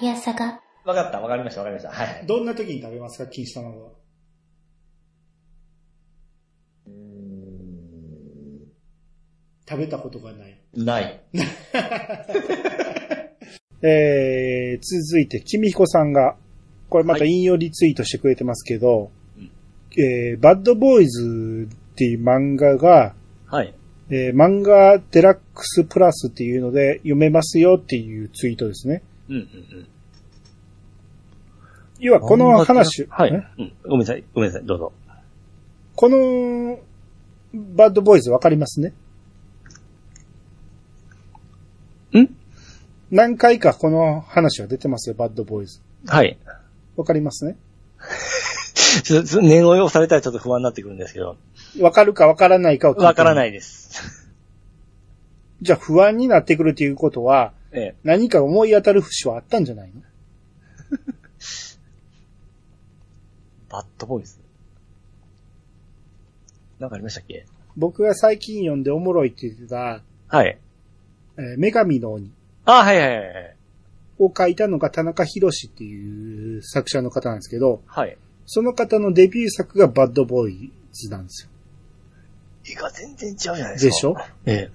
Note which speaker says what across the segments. Speaker 1: いやさが。
Speaker 2: わかった、わかりました、わかりました。はいはい。
Speaker 3: どんな時に食べますか、錦糸卵は。
Speaker 2: うーん
Speaker 3: 食べたことがない。
Speaker 2: ない。
Speaker 3: えー、続いて、君彦さんが、これまた
Speaker 2: は
Speaker 3: 引用リツイートしてくれてますけど、
Speaker 2: うん
Speaker 3: えー、バッドボーイズっていう漫画が、
Speaker 2: はい。
Speaker 3: えー漫画デラックスプラスっていうので読めますよっていうツイートですね。
Speaker 2: うんうんうん。
Speaker 3: 要はこの話、
Speaker 2: はい。
Speaker 3: ん
Speaker 2: うんごめんなさい、ごめんなさい、どうぞ。
Speaker 3: このバッドボーイズわかりますね
Speaker 2: ん
Speaker 3: 何回かこの話は出てますよ、バッドボーイズ。
Speaker 2: はい。
Speaker 3: わかりますね
Speaker 2: ちょっと念を押されたらちょっと不安になってくるんですけど、
Speaker 3: わかるかわからないかを聞いて。
Speaker 2: わからないいです。
Speaker 3: じゃあ不安になってくるということは、
Speaker 2: ええ。
Speaker 3: 何か思い当たる節はあったんじゃないの
Speaker 2: バッドボーイズ。なんかありましたっけ
Speaker 3: 僕が最近読んでおもろいって言ってた、
Speaker 2: はい。
Speaker 3: えー女神の鬼
Speaker 2: あ、はいはいはいはい。
Speaker 3: を書いたのが田中博士っていう作者の方なんですけど、
Speaker 2: はい。
Speaker 3: その方のデビュー作がバッドボーイズなんですよ。
Speaker 2: 絵が全然違うじゃないですか。
Speaker 3: でしょ
Speaker 2: え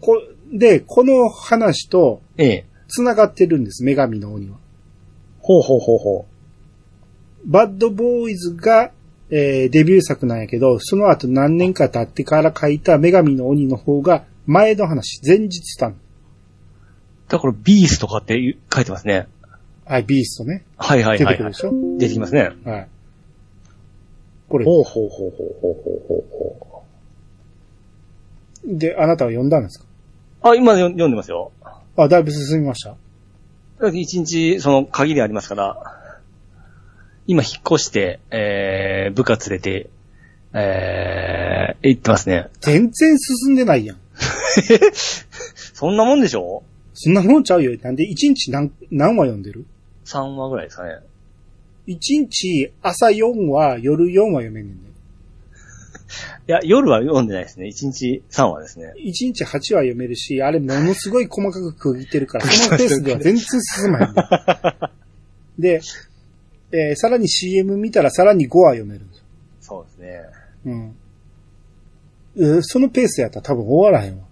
Speaker 3: こで、この話と
Speaker 2: え。ええ。
Speaker 3: 繋がってるんです、女神の鬼は。
Speaker 2: ほうほうほうほ
Speaker 3: バッドボーイズが、えーデビュー作なんやけど、その後何年か経ってから書いた女神の鬼の方が、前の話、前日た
Speaker 2: う。
Speaker 3: の。
Speaker 2: だから、ビースとかっていう書いてますね。
Speaker 3: はい、ビーストね。
Speaker 2: はいはい
Speaker 3: 出
Speaker 2: は
Speaker 3: て
Speaker 2: い、
Speaker 3: く
Speaker 2: は
Speaker 3: る
Speaker 2: い
Speaker 3: で。しょ、
Speaker 2: 出てきますね。
Speaker 3: はい。これ、
Speaker 2: ほうほうほうほうほうほうほうほ
Speaker 3: で、あなたは読んだんですか
Speaker 2: う。あ、今読ん読んでますよ。
Speaker 3: あ、だいぶ進みました。
Speaker 2: だって一日、その、限りありますから、今引っ越して、えー、部下連れて、えー、行ってますね。
Speaker 3: 全然進んでないやん。
Speaker 2: そんなもんでしょ
Speaker 3: そんなもんちゃうよ。なんで、一日何、何話読んでる
Speaker 2: ?3 話ぐらいですかね。
Speaker 3: 一日、朝4話、夜4話読めんねんで。
Speaker 2: いや、夜は読んでないですね。1日3話ですね。
Speaker 3: 一日8話読めるし、あれものすごい細かく区切ってるから、 そのペースでは全然進まへんねん。 で、えーさらに CM 見たらさらに5話読めるんですよ。
Speaker 2: そうですね。
Speaker 3: うん。うーそのペースやったら多分終わらへんわ。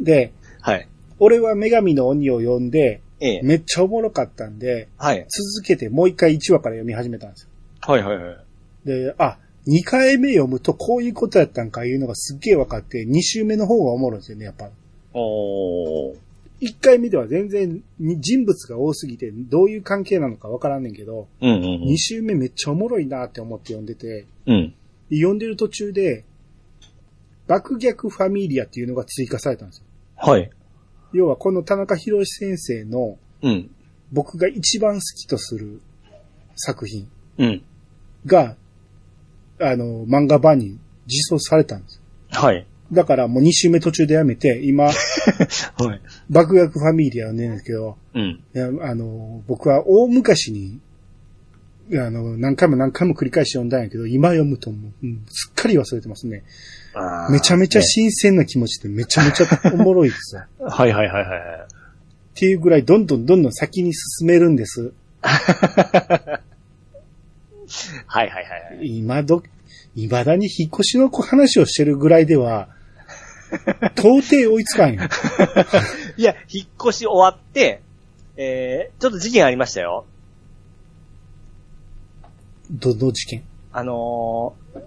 Speaker 3: で、
Speaker 2: はい。
Speaker 3: 俺は女神の鬼を読んで、
Speaker 2: ええ。
Speaker 3: めっちゃおもろかったんで、
Speaker 2: はい。
Speaker 3: 続けてもう一回1話から読み始めたんですよ。
Speaker 2: はいはいはい。
Speaker 3: で、あ、2回目読むとこういうことやったんかいうのがすっげえ分かって、2週目の方がおもろいんですよね、やっぱ。
Speaker 2: おー。
Speaker 3: 1回目では全然に人物が多すぎて、どういう関係なのか分からんねんけど、
Speaker 2: うんう
Speaker 3: 2週目めっちゃおもろいなって思って読んでて、
Speaker 2: うん。うん。
Speaker 3: で読んでる途中で、爆逆ファミリアっていうのが追加されたんですよ。
Speaker 2: はい。
Speaker 3: 要はこの田中博先生の
Speaker 2: うん。
Speaker 3: 僕が一番好きとする作品。
Speaker 2: うん。
Speaker 3: が、あの、漫画版に実装されたんですよ。
Speaker 2: はい。
Speaker 3: だからもう2週目途中でやめて、今、
Speaker 2: はい。
Speaker 3: 爆薬ファミリアをねんですけど、
Speaker 2: うん。
Speaker 3: いやあの、僕は大昔に、あの、何回も何回も繰り返し読んだんやけど、今読むともう、うんすっかり忘れてますね。
Speaker 2: あー
Speaker 3: めちゃめちゃ
Speaker 2: ね
Speaker 3: 新鮮な気持ちでめちゃめちゃおもろ いですよ。っ
Speaker 2: はいはいはいはいはい。
Speaker 3: ていうぐらいどんどんどんどん先に進めるんです。
Speaker 2: はいはいはいはい。
Speaker 3: 今ど、未だに引っ越しの話をしてるぐらい では、到底追いつかんよ。
Speaker 2: いや、引っ越し終わって、えー、ちょっと事件ありましたよ。
Speaker 3: どの事件
Speaker 2: あのー、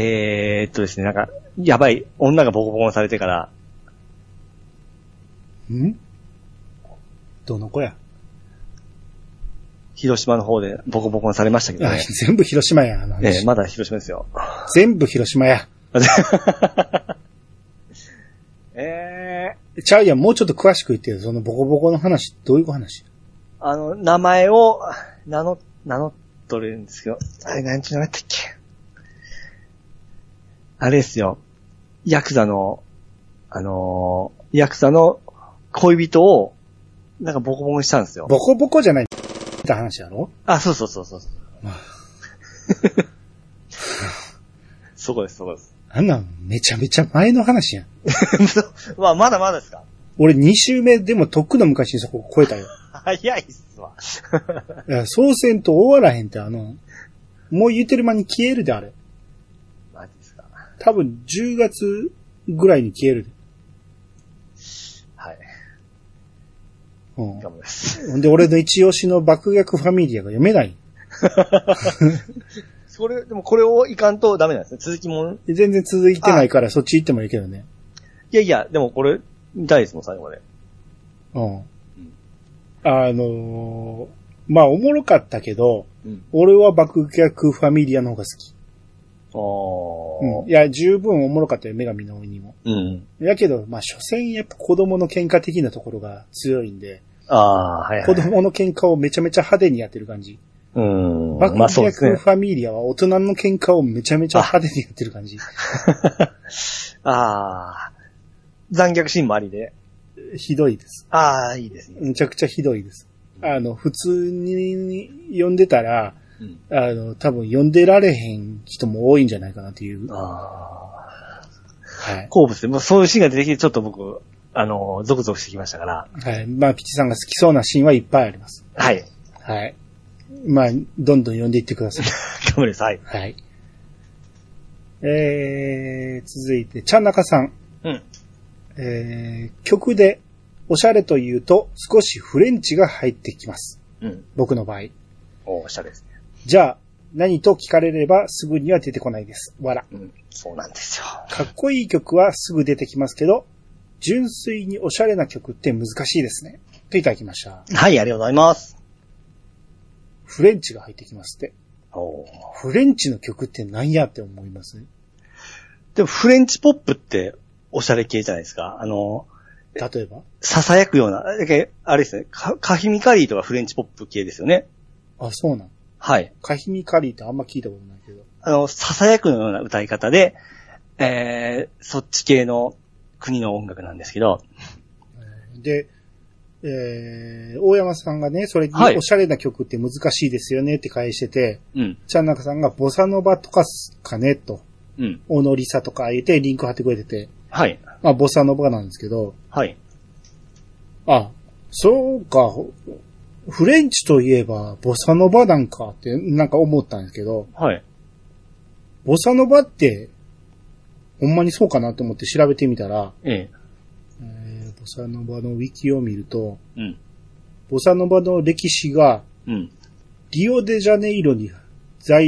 Speaker 2: えーっとですね、なんか、やばい、女がボコボコにされてから、
Speaker 3: んどの子や、
Speaker 2: 広島の方でボコボコにされましたけど
Speaker 3: あ
Speaker 2: ね。
Speaker 3: 全部広島や、あの
Speaker 2: え
Speaker 3: 話
Speaker 2: えまだ広島です よ。
Speaker 3: 全部広島や。
Speaker 2: ええ
Speaker 3: ちゃうやん、もうちょっと詳しく言ってよ。そのボコボコの話、どういう話
Speaker 2: あの、名前を、名乗、名乗っとるんですけど、あれ、なんちゅう名前だったっけあれですよ。ヤクザの、あのーヤクザの恋人を、なんかボコボコにしたんですよ。
Speaker 3: ボコボコじゃない、って話やろ
Speaker 2: あ、そうそうそうそうそう。そこです、そこです。
Speaker 3: あんなん、めちゃめちゃ前の話やん。
Speaker 2: まあ、まだまだですか
Speaker 3: 俺2周目でもとっくの昔にそこ超えたよ。
Speaker 2: 早いっすわ。
Speaker 3: いやそうせんと終わらへんってあの、もう言うてる間に消えるであれ。
Speaker 2: マジですか。
Speaker 3: 多分10月ぐらいに消えるで。
Speaker 2: はい。
Speaker 3: うん
Speaker 2: 頑張ります。
Speaker 3: ほんで、俺の一押しの爆薬ファミリアが読めない。
Speaker 2: それ、でもこれをいかんとダメなんですね。続きもん。
Speaker 3: 全然続いてないから、そっち行ってもいいけどね。
Speaker 2: いやいや、でもこれ、見たいですもん、最後まで。
Speaker 3: うん。あのー、まあ、おもろかったけど、
Speaker 2: うん。
Speaker 3: 俺は爆薬ファミリアの方が好き。
Speaker 2: あ
Speaker 3: うん。い
Speaker 2: あ。
Speaker 3: や、十分おもろかったよ、女神の鬼にも。
Speaker 2: うん。
Speaker 3: やけど、まあ、所詮やっぱ子供の喧嘩的なところが強いんで、
Speaker 2: ああ、はいはい。
Speaker 3: 子供の喧嘩をめちゃめちゃ派手にやってる感じ。
Speaker 2: うん。
Speaker 3: 爆
Speaker 2: まあそう
Speaker 3: 薬
Speaker 2: ですね
Speaker 3: フ。ァミリアは大人の喧嘩をめちゃめちゃ派手にやってる感じ。
Speaker 2: ああ。残虐シーンもありで。
Speaker 3: ひどいです。
Speaker 2: ああ、いいですね。
Speaker 3: むちゃくちゃひどいです。あの、普通に読んでたら、
Speaker 2: うん。
Speaker 3: あの、多分読んでられへん人も多いんじゃないかなっていう。は
Speaker 2: ああ。
Speaker 3: い。
Speaker 2: 好物で、もうそういうシーンが出てきて、ちょっと僕、あの、ゾクゾクしてきましたから。
Speaker 3: はい。まあ、ピチさんが好きそうなシーンはいっぱいあります。
Speaker 2: はい。
Speaker 3: はい。まあ、どんどん読んでいってください。
Speaker 2: 頑張ります。はい。
Speaker 3: はい。えー、続いて、ちゃんなかさん。
Speaker 2: うん。
Speaker 3: えー、曲で、おしゃれというと、少しフレンチが入ってきます。
Speaker 2: うん。
Speaker 3: 僕の場合。
Speaker 2: おしゃれですね。
Speaker 3: じゃあ、何と聞かれればすぐには出てこないです。わら。
Speaker 2: うん。そうなんですよ。
Speaker 3: かっこいい曲はすぐ出てきますけど、純粋におしゃれな曲って難しいですね。といただきました。
Speaker 2: はい、ありがとうございます。
Speaker 3: フレンチが入ってきますって。
Speaker 2: お
Speaker 3: フレンチの曲って何やって思います
Speaker 2: でも、フレンチポップって、おしゃれ系じゃないですか。あの、
Speaker 3: 例えば
Speaker 2: 囁くような、だけあれですね、カカヒミカリーとかフレンチポップ系ですよね。
Speaker 3: あ、そうなん。
Speaker 2: はい。
Speaker 3: カヒミカリーってあんま聞いたことないけど。
Speaker 2: あの、囁くような歌い方で、えー、そっち系の国の音楽なんですけど、
Speaker 3: で、えー、大山さんがね、それに
Speaker 2: はい
Speaker 3: おしゃれな曲って難しいですよねって返してて、
Speaker 2: うん、
Speaker 3: ちゃんなかさんがボサノバとかすかねと、
Speaker 2: うん。
Speaker 3: オノリサとか言ってリンク貼ってくれてて、
Speaker 2: はい、
Speaker 3: まあボサノバなんですけど、
Speaker 2: はい。
Speaker 3: あ、そうか、フレンチといえばボサノバなんかってなんか思ったんですけど、
Speaker 2: はい。
Speaker 3: ボサノバって、ほんまにそうかなと思って調べてみたら、
Speaker 2: え
Speaker 3: えーボサノバのウィキを見ると、
Speaker 2: え。うん。
Speaker 3: ボサノバの歴史が、
Speaker 2: うん。
Speaker 3: リオデジャネイロに在,、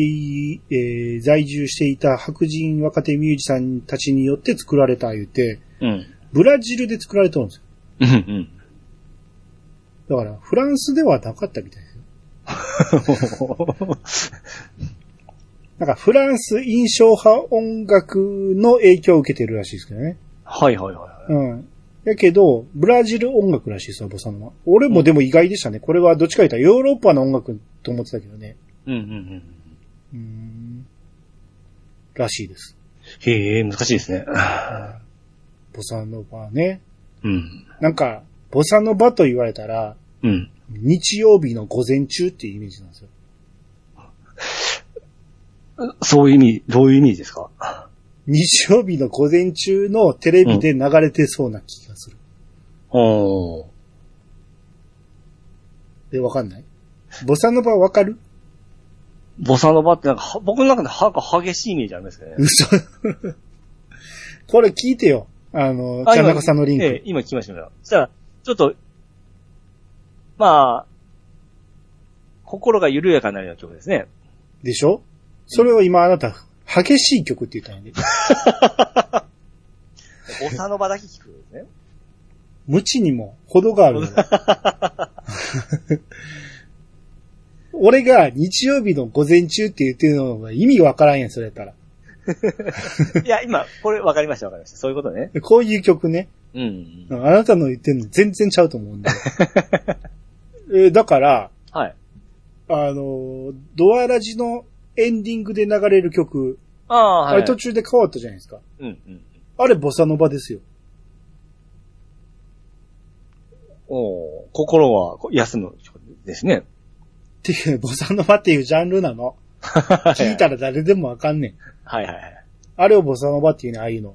Speaker 3: えー在住していた白人若手ミュージシャンたちによって作られた言うて、
Speaker 2: うん。
Speaker 3: ブラジルで作られたんですよ。
Speaker 2: うん。 うん。
Speaker 3: だから、フランスではなかったみたいですよ。なんか、フランス印象派音楽の影響を受けてるらしいですけどね。
Speaker 2: はいはいは
Speaker 3: うん。やけど、ブラジル音楽らしいですよ、ボサノバ。俺もでも意外でしたね。これはどっちか言ったらヨーロッパの音楽と思ってたけどね。
Speaker 2: い。うんうんうん。
Speaker 3: うーん。らしいです。
Speaker 2: へえ、難しいですね。
Speaker 3: ボサノバね。
Speaker 2: うん。
Speaker 3: なんか、ボサノバと言われたら、
Speaker 2: うん。
Speaker 3: 日曜日の午前中っていうイメージなんですよ。
Speaker 2: そういう意味、どういう意味ですか
Speaker 3: 日曜日の午前中のテレビで流れてそうな気がする。
Speaker 2: おー。
Speaker 3: で、わかんないボサノバわかる
Speaker 2: ボサノバってなんかは、僕の中で歯が激しいイメージありますけどね。
Speaker 3: 嘘。これ聞いてよ。あの、
Speaker 2: あ
Speaker 3: 田
Speaker 2: 今
Speaker 3: 中さんのリンク。
Speaker 2: ええ今聞きましたよ。そしたら、ちょっと、まあ、心が緩やかになるような曲ですね。
Speaker 3: でしょそれを今あなた、激しい曲って言ったんやで。
Speaker 2: ボサノバだけ聞くんですね。
Speaker 3: 無知にも程があるのよ。俺が日曜日の午前中って言ってるのが意味わからんやん、それやったら。
Speaker 2: いや、今、これ分かりました分かりました。そういうことね。
Speaker 3: こういう曲ね。
Speaker 2: うん
Speaker 3: あ。なたの言ってんの全然ちゃうと 思うんだよ。えーだから、
Speaker 2: はい。
Speaker 3: あのー、ドアラジのエンディングで流れる曲、
Speaker 2: ああ、はい。
Speaker 3: あれ途中で変わったじゃないですか。
Speaker 2: うんうん。
Speaker 3: あれ、ボサノバですよ。
Speaker 2: おー心は休む曲ですね。
Speaker 3: っていう、 ボサノバっていうジャンルなの。聞いたら誰でもわかんねん。
Speaker 2: はいはいはい。
Speaker 3: あれをボサノバっていうね、ああいうの。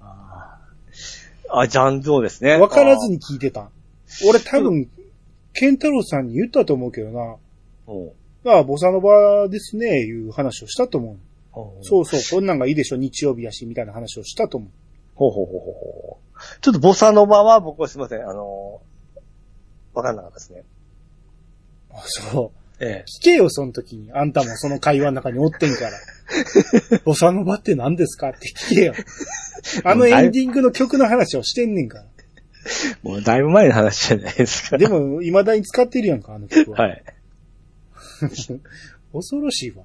Speaker 2: あ、ジャンゾーですね。
Speaker 3: わからずに聞いてたん。俺多分、ケンタロウさんに言ったと思うけどな。
Speaker 2: あー。おう
Speaker 3: まあ、ボサノバですね、いう話をしたと思う。
Speaker 2: おう
Speaker 3: そうそう、こんなんがいいでしょ、日曜日やし、みたいな話をしたと思う。
Speaker 2: ほうほうほうほうほう。ちょっとボサノバは僕はすいません、あのーわかんなかったですね。
Speaker 3: あそう。
Speaker 2: え
Speaker 3: 聞けよ、その時に。あんたもその会話の中におってんから。ボサノバって何ですかって聞けよ。あのエンディングの曲の話をしてんねんか。
Speaker 2: え。もうだいぶ前の話じゃないですから
Speaker 3: でも、未だに使ってるやんか、あの曲は。
Speaker 2: はい。
Speaker 3: 恐ろしいわ。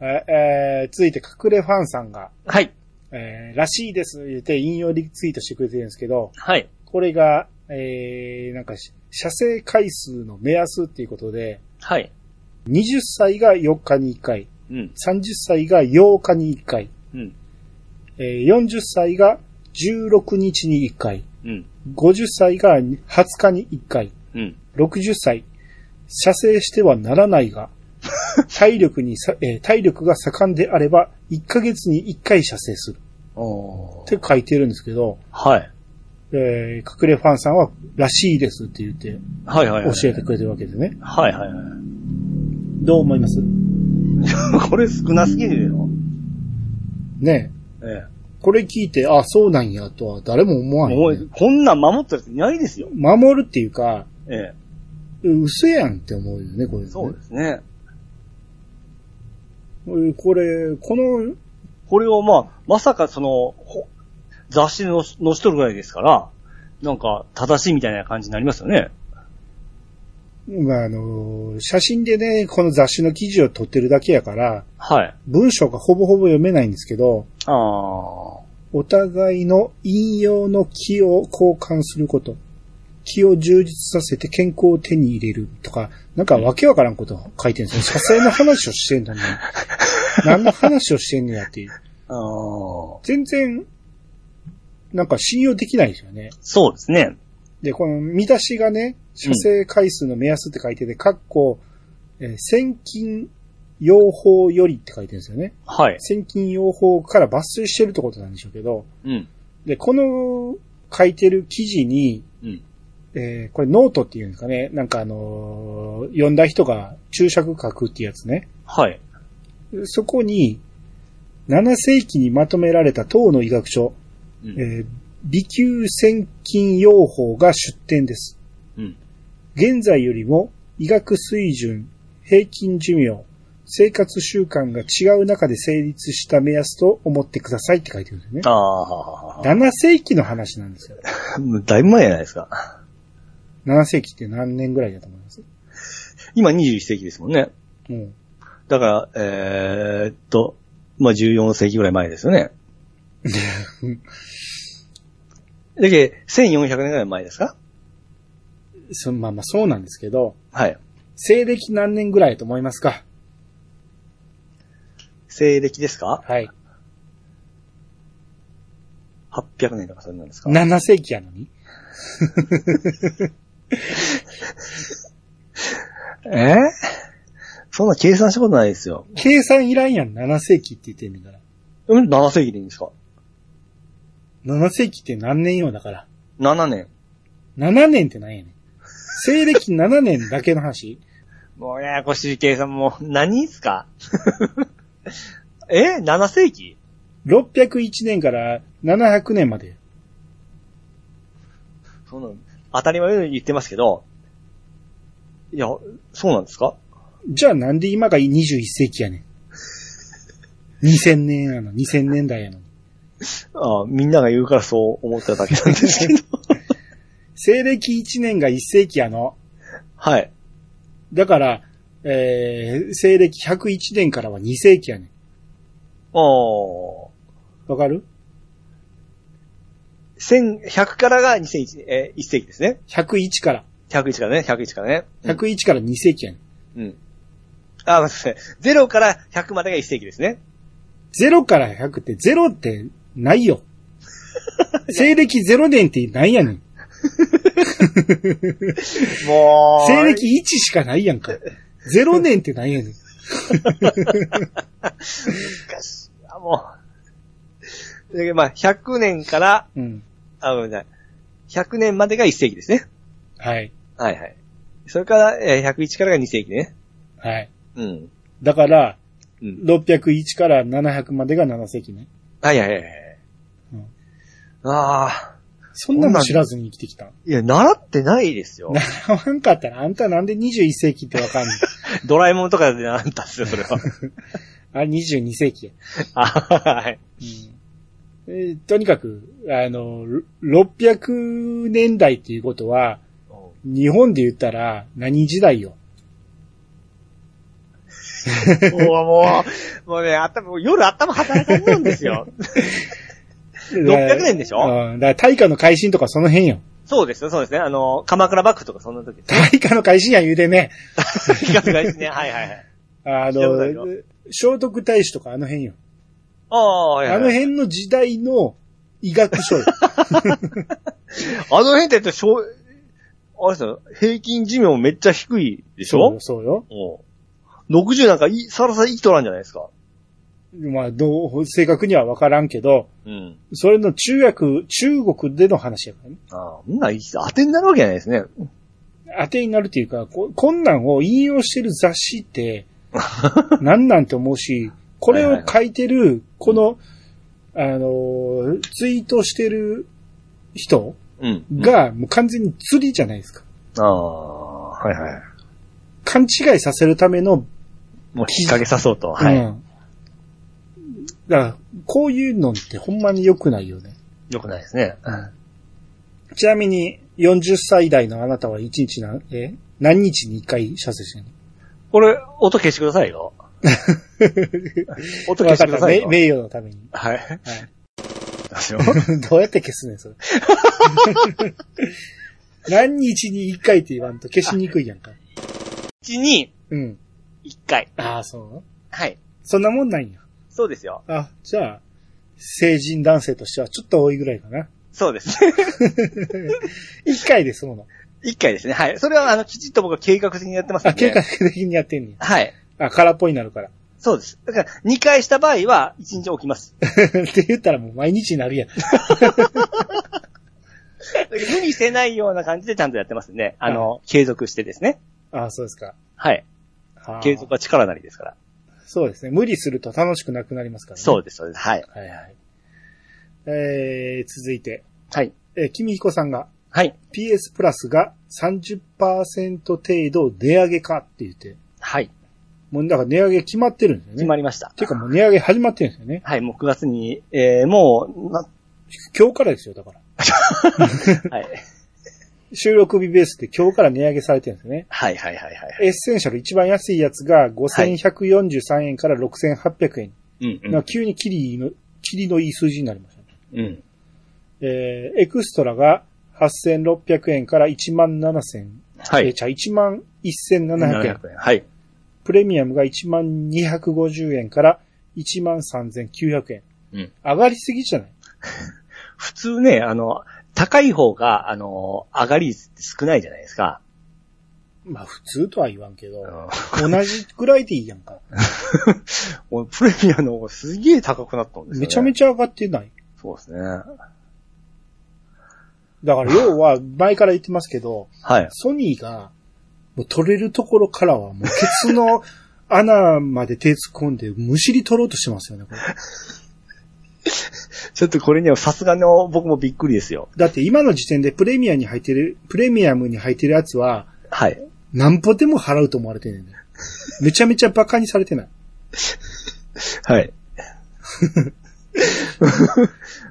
Speaker 3: え、えー続いて、隠れファンさんが、
Speaker 2: はい。
Speaker 3: えーらしいです、言って引用リツイートしてくれてるんですけど、
Speaker 2: はい。
Speaker 3: これが、えーなんかし、射精回数の目安っていうことで、
Speaker 2: はい。
Speaker 3: 20歳が4日に1回、
Speaker 2: うん。
Speaker 3: 30歳が8日に1回、
Speaker 2: うん。
Speaker 3: えー40歳が16日に1回、
Speaker 2: うん。
Speaker 3: 50歳が20日に1回、
Speaker 2: うん。
Speaker 3: 60歳、射精してはならない が、体力にさ、えー体力が盛んであれば、1ヶ月に1回射精する。
Speaker 2: お
Speaker 3: って書いてるんですけど、
Speaker 2: はい。
Speaker 3: えー隠れファンさんは、らしいですって言って、
Speaker 2: はいはいはい。
Speaker 3: 教えてくれてるわけでね。
Speaker 2: はいはいは
Speaker 3: どう思います
Speaker 2: い。こ れ少なすぎるよ。
Speaker 3: ね
Speaker 2: え
Speaker 3: えこれ聞いて、あ、そうなんやとは誰も思わ
Speaker 2: え。
Speaker 3: な
Speaker 2: も
Speaker 3: い、
Speaker 2: う、こんなん守ったやついないですよ。
Speaker 3: 守るっていうか、
Speaker 2: え
Speaker 3: う嘘やんって思うよね、これ、
Speaker 2: え。
Speaker 3: ね。
Speaker 2: そうですね。
Speaker 3: うんこれ、この、
Speaker 2: これをまあ、まさかその、ほ雑誌で載し載しとるぐらいですから、なんか、正しいみたいな感じになりますよね。
Speaker 3: まあ、あの、写真でね、この雑誌の記事を撮ってるだけやから、
Speaker 2: はい。
Speaker 3: 文章がほぼほぼ読めないんですけど、
Speaker 2: ああ。
Speaker 3: お互いの引用の気を交換すること。気を充実させて健康を手に入れるとか、なんかわけわからんこと書いてるんですよ。写生の話をして んだね。何の話をしてんねやっていう。
Speaker 2: ああ。
Speaker 3: 全然、なんか信用できないですよね。
Speaker 2: そうですね。
Speaker 3: で、この見出しがね、射精回数の目安って書いてて、かっこ、えー千金用法よりって書いてるんですよね。
Speaker 2: はい。
Speaker 3: 千金用法から抜粋してるってことなんでしょうけど、
Speaker 2: うん。
Speaker 3: で、この書いてる記事に、
Speaker 2: うん。
Speaker 3: えーこれノートっていうんですかね、なんかあのー読んだ人が注釈書くってやつね。
Speaker 2: はい。
Speaker 3: そこに、7世紀にまとめられた唐の医学書、
Speaker 2: うん。
Speaker 3: えー、微級千金用法が出典です。
Speaker 2: うん。
Speaker 3: 現在よりも医学水準、平均寿命、生活習慣が違う中で成立した目安と思ってくださいって書いてるんですね。
Speaker 2: ああ。
Speaker 3: 7世紀の話なんですよ。
Speaker 2: だいぶ前じゃないですか。
Speaker 3: 7世紀って何年ぐらいだと思います
Speaker 2: 今21世紀ですもんね。
Speaker 3: うん。
Speaker 2: だから、えーっと、まあ、14世紀ぐらい前ですよ ね。だけど、1400年ぐらい前ですか
Speaker 3: そまあまあそうなんですけど、
Speaker 2: はい。
Speaker 3: 西暦何年ぐらいと思いますか
Speaker 2: 西暦ですか
Speaker 3: はい。
Speaker 2: ?800 年とかそれなんですか
Speaker 3: 7世紀やのに
Speaker 2: えーそんな計算したことないですよ。
Speaker 3: 計算いらんやん、7世紀って言ってんねんから。
Speaker 2: うん、7世紀でいいんですか
Speaker 3: 7世紀って何年よだから。
Speaker 2: ?7 年。
Speaker 3: 7年って何やねん。西暦7年だけの話
Speaker 2: もうややこしい計算もう、何っすか え ?7 世紀
Speaker 3: ?601 年から700年まで。
Speaker 2: そんな、当たり前のように言ってますけど、いや、そうなんですか
Speaker 3: じゃあなんで今が21世紀やねん。2000年やの、2000年代やの。
Speaker 2: ああみんなが言うからそう思っただけなんですけ ど。
Speaker 3: 西暦1年が1世紀やの。
Speaker 2: はい。
Speaker 3: だから、えー、西暦101年からは2世紀やねん。
Speaker 2: ああ。
Speaker 3: わかる
Speaker 2: 1100からが2001、えー、1世紀ですね。
Speaker 3: ?101 から。
Speaker 2: 101からね、101からね。うん
Speaker 3: 101から2世紀やねん。
Speaker 2: うん。あ、待ってください。0から100までが1世紀ですね。
Speaker 3: 0から100って0ってないよ。西暦0年ってなんやねん。
Speaker 2: もう。
Speaker 3: 西暦1しかないやんか。0年ってなんやねん。
Speaker 2: あもう。だけどまあ、100年から
Speaker 3: うん。
Speaker 2: あ、ごめんなさい。100年までが1世紀ですね。
Speaker 3: はい。
Speaker 2: はいはい。それから、えー101からが2世紀ね。
Speaker 3: はい。
Speaker 2: うん。
Speaker 3: だから、
Speaker 2: うん。
Speaker 3: 601から700までが7世紀ね。
Speaker 2: はいはいはいはい。
Speaker 3: うん
Speaker 2: ああ、
Speaker 3: そんなの知らずに生きてきた。
Speaker 2: いや、習ってないですよ。
Speaker 3: 習わんかったら、あんたなんで21世紀って わかんない。
Speaker 2: ドラえもんとかで習ったっすよ、それは。
Speaker 3: あれ22世紀や。
Speaker 2: あはい。
Speaker 3: うんえーとにかく、あの、600年代っていうことは、日本で言ったら何時代よ。
Speaker 2: もう、もうね、頭、もう夜頭働かんなんですよ。600年でしょ
Speaker 3: うん。だから大化の改新とかその辺よ。
Speaker 2: そうですよ、そうですね。あの、鎌倉幕府とかそんな時です ね。
Speaker 3: 大化の改新や言うでね、
Speaker 2: 気がつかですね。はいはいはい。
Speaker 3: あ
Speaker 2: 聞いたことないよ
Speaker 3: の、聖徳太子とかあの辺よ。
Speaker 2: ああ、はいはい。
Speaker 3: あの辺の時代の医学書よ。
Speaker 2: あの辺って言うと、しょうあれですよ、平均寿命めっちゃ低い でしょ
Speaker 3: そうよ。
Speaker 2: うん。60なんかい、さらさら生きとらんじゃないですか。
Speaker 3: そうよまあ、どう、正確にはわからんけど、
Speaker 2: うん。
Speaker 3: それの中学、中国での話やからね。
Speaker 2: ああ、みんな当てになるわけないですね。
Speaker 3: 当てになるっていうか、ここんなんを引用してる雑誌 って、なんなんて思うし、これを書いてる、この、あのー、ツイートしてる人
Speaker 2: うん。
Speaker 3: が、もう完全に釣りじゃないですか。
Speaker 2: ああ、はいはい。
Speaker 3: 勘違いさせるための、
Speaker 2: もう引っ掛けさそうと。は
Speaker 3: う
Speaker 2: い。
Speaker 3: ん。だから、こういうのってほんまに良くないよね。
Speaker 2: よくないですね。
Speaker 3: ちなみに、40歳代のあなたは1日な、え何日に1回射精してるの
Speaker 2: これ、音消してください よ。音消してください
Speaker 3: わかった
Speaker 2: よ。
Speaker 3: 名名誉のために。
Speaker 2: はい。
Speaker 3: はい
Speaker 2: です よ。
Speaker 3: どうやって消すねん、それ。 何日に一回って言わんと消しにくいやんか。
Speaker 2: 1に
Speaker 3: うん。
Speaker 2: 1回。
Speaker 3: ああ、そう
Speaker 2: はい。
Speaker 3: そんなもんないんや。
Speaker 2: そうですよ。
Speaker 3: あ、じゃあ、成人男性としてはちょっと多いぐらいかな。
Speaker 2: そうです。
Speaker 3: 一回ですもの。
Speaker 2: 1回ですね。はい。それは、あの、きちっと僕は計画的にやってますん
Speaker 3: あ、
Speaker 2: で。
Speaker 3: 計画的にやってんね
Speaker 2: はい。
Speaker 3: や。あ、空っぽになるから。
Speaker 2: そうです。だから、2回した場合は、1日起きます。
Speaker 3: って言ったらもう毎日になるやん。
Speaker 2: だから無理せないような感じでちゃんとやってますんで、あの、継続してですね。
Speaker 3: ああ、そうですか。
Speaker 2: はい。
Speaker 3: あー
Speaker 2: 継続は力なりですから。
Speaker 3: そうですね。無理すると楽しくなくなりますからね。
Speaker 2: そうです、そうです。はい。
Speaker 3: はいはい。えー、続いて。
Speaker 2: はい。
Speaker 3: えー、君彦さんが、
Speaker 2: はい。
Speaker 3: PS プラスが30%程度値上げかって言って、
Speaker 2: はい。
Speaker 3: もうだから値上げ決まってるんですよね。
Speaker 2: 決まりました。
Speaker 3: ていうかもう値上げ始まってるんですよね。
Speaker 2: はい、もう9月に、えー、もう、 な、
Speaker 3: 今日からですよ、だから。
Speaker 2: はい。
Speaker 3: 収録日ベースで今日から値上げされてるんですよね。
Speaker 2: はいはいはいはい。
Speaker 3: エッセンシャル一番安いやつが5143円から6800円。
Speaker 2: うん
Speaker 3: なんか急にキリの、キリのいい数字になりましたね。
Speaker 2: うん。うん。
Speaker 3: えー、エクストラが8600円から17000、
Speaker 2: は
Speaker 3: えー
Speaker 2: い。
Speaker 3: じゃあ11700円。
Speaker 2: 円。はい。
Speaker 3: プレミアムが1250円から13900円。
Speaker 2: うん
Speaker 3: 上がりすぎじゃない
Speaker 2: 普通ね、あの、高い方が、あの、上がり率って少ないじゃないですか。
Speaker 3: まあ普通とは言わんけど、
Speaker 2: う
Speaker 3: 同じくらいでいいや んか。
Speaker 2: んプレミアの方 がすげえ高くなったんですよ、ね。
Speaker 3: めちゃめ
Speaker 2: ち
Speaker 3: ちゃ上がってない。
Speaker 2: ゃ。そうですね。
Speaker 3: だから要は前から言ってますけど、
Speaker 2: はい。
Speaker 3: ソニーがもう取れるところからはもうケツの穴まで手突っ込んでむしり取ろうとしてますよね。これ
Speaker 2: ちょっとこれにはさすがの僕もびっくりですよ。
Speaker 3: だって今の時点でプレミアに入ってる、プレミアムに入ってるやつは
Speaker 2: はい。
Speaker 3: 何歩でも払うと思われてるね。めちゃめちゃ馬鹿にされてない。
Speaker 2: はい。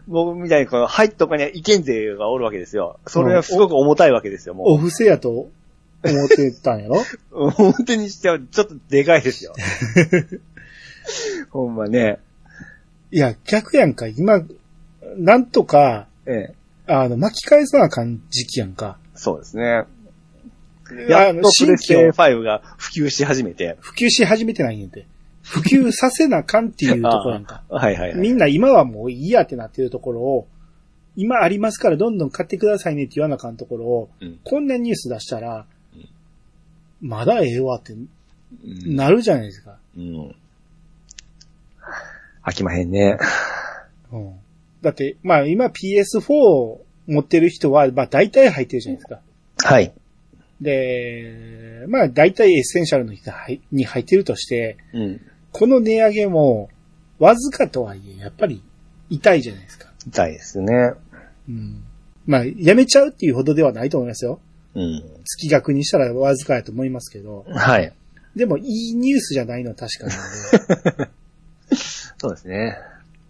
Speaker 2: 僕みたいにこの入っとかには意見税がおるわけですよ。それはすごく重たいわけですよ、
Speaker 3: お
Speaker 2: も
Speaker 3: 布施やと思ってたんやろ
Speaker 2: う。表にしてはちょっとでかいです よ。ほんまね。
Speaker 3: いや、逆やんか。今、なんとか、
Speaker 2: ええ。
Speaker 3: あの、巻き返さなあかん時期やんか。
Speaker 2: そうですね。や
Speaker 3: あ
Speaker 2: っと
Speaker 3: の、
Speaker 2: プ
Speaker 3: 新
Speaker 2: レス
Speaker 3: 規
Speaker 2: テ
Speaker 3: を
Speaker 2: 5が普及し始めて。
Speaker 3: 普及し始めてないんやて。普及させなあかんっていうところやんか。
Speaker 2: はいはいはい。
Speaker 3: みんな今はもういいやってなってるところを、今ありますからどんどん買ってくださいねって言わなあかんところを、
Speaker 2: うん
Speaker 3: こんなニュース出したら、まだええわって
Speaker 2: うん
Speaker 3: なるじゃないですか。
Speaker 2: うん。飽きまへんね。
Speaker 3: うんだって、まあ今 PS4 持ってる人は、まあ大体入ってるじゃないですか。
Speaker 2: はい。
Speaker 3: で、まあ大体エッセンシャルの人はいに入ってるとして、
Speaker 2: うん。
Speaker 3: この値上げも、わずかとはいえ、やっぱり痛いじゃないですか。
Speaker 2: 痛いですね。
Speaker 3: うん。まあ、やめちゃうっていうほどではないと思いますよ。
Speaker 2: うん。
Speaker 3: 月額にしたらわずかやと思いますけど。
Speaker 2: はい。
Speaker 3: でも、いいニュースじゃないのは確かなので、
Speaker 2: そうですね。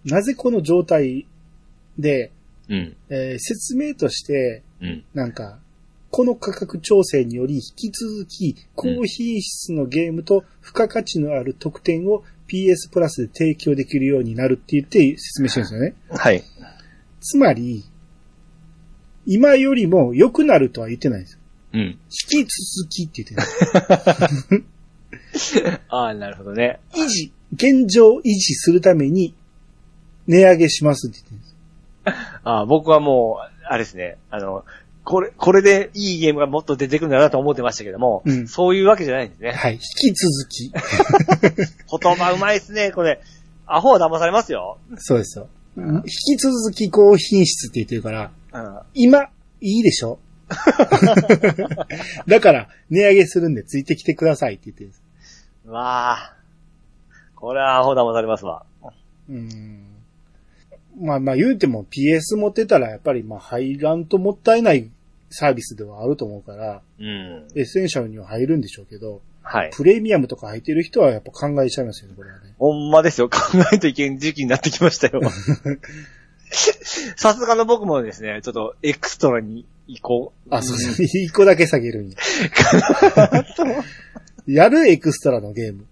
Speaker 3: なぜこの状態で、
Speaker 2: うん。
Speaker 3: えー説明として、
Speaker 2: うん。
Speaker 3: なんか、この価格調整により引き続き高品質のゲームと付加価値のある特典を PS プラスで提供できるようになるって言って説明してるんですよね。
Speaker 2: はい。
Speaker 3: つまり、今よりも良くなるとは言ってないんですよ。
Speaker 2: うん。
Speaker 3: 引き続きって言ってない。
Speaker 2: ああ、なるほどね。
Speaker 3: 維持、現状維持するために値上げしますって言ってるんです。
Speaker 2: ああ、僕はもう、あれですね。あの、これ、これでいいゲームがもっと出てくるんだなと思ってましたけども、
Speaker 3: うん
Speaker 2: そういうわけじゃないんですね。
Speaker 3: はい。引き続き。
Speaker 2: 言葉うまいですね、これ。アホは騙されますよ。
Speaker 3: そうですよ。引き続き高品質って言ってるから、
Speaker 2: うん。
Speaker 3: 今、いいでし ょだから、値上げするんでついてきてくださいって言ってるんです。
Speaker 2: わあ。これはアホ騙されますわ。
Speaker 3: うーん。まあまあ言うても PS 持ってたらやっぱりまあ入らんともったいないサービスではあると思うから、
Speaker 2: うん。
Speaker 3: エッセンシャルには入るんでしょうけど、
Speaker 2: はい。
Speaker 3: プレミアムとか入ってる人はやっぱ考えちゃいますよね、これはね。
Speaker 2: ほんまですよ。考えんといけん時期になってきましたよ。 さすがの僕もですね、ちょっとエクストラに移行。
Speaker 3: あ、そうそう。 一個だけ下げるんや。やるエクストラのゲーム。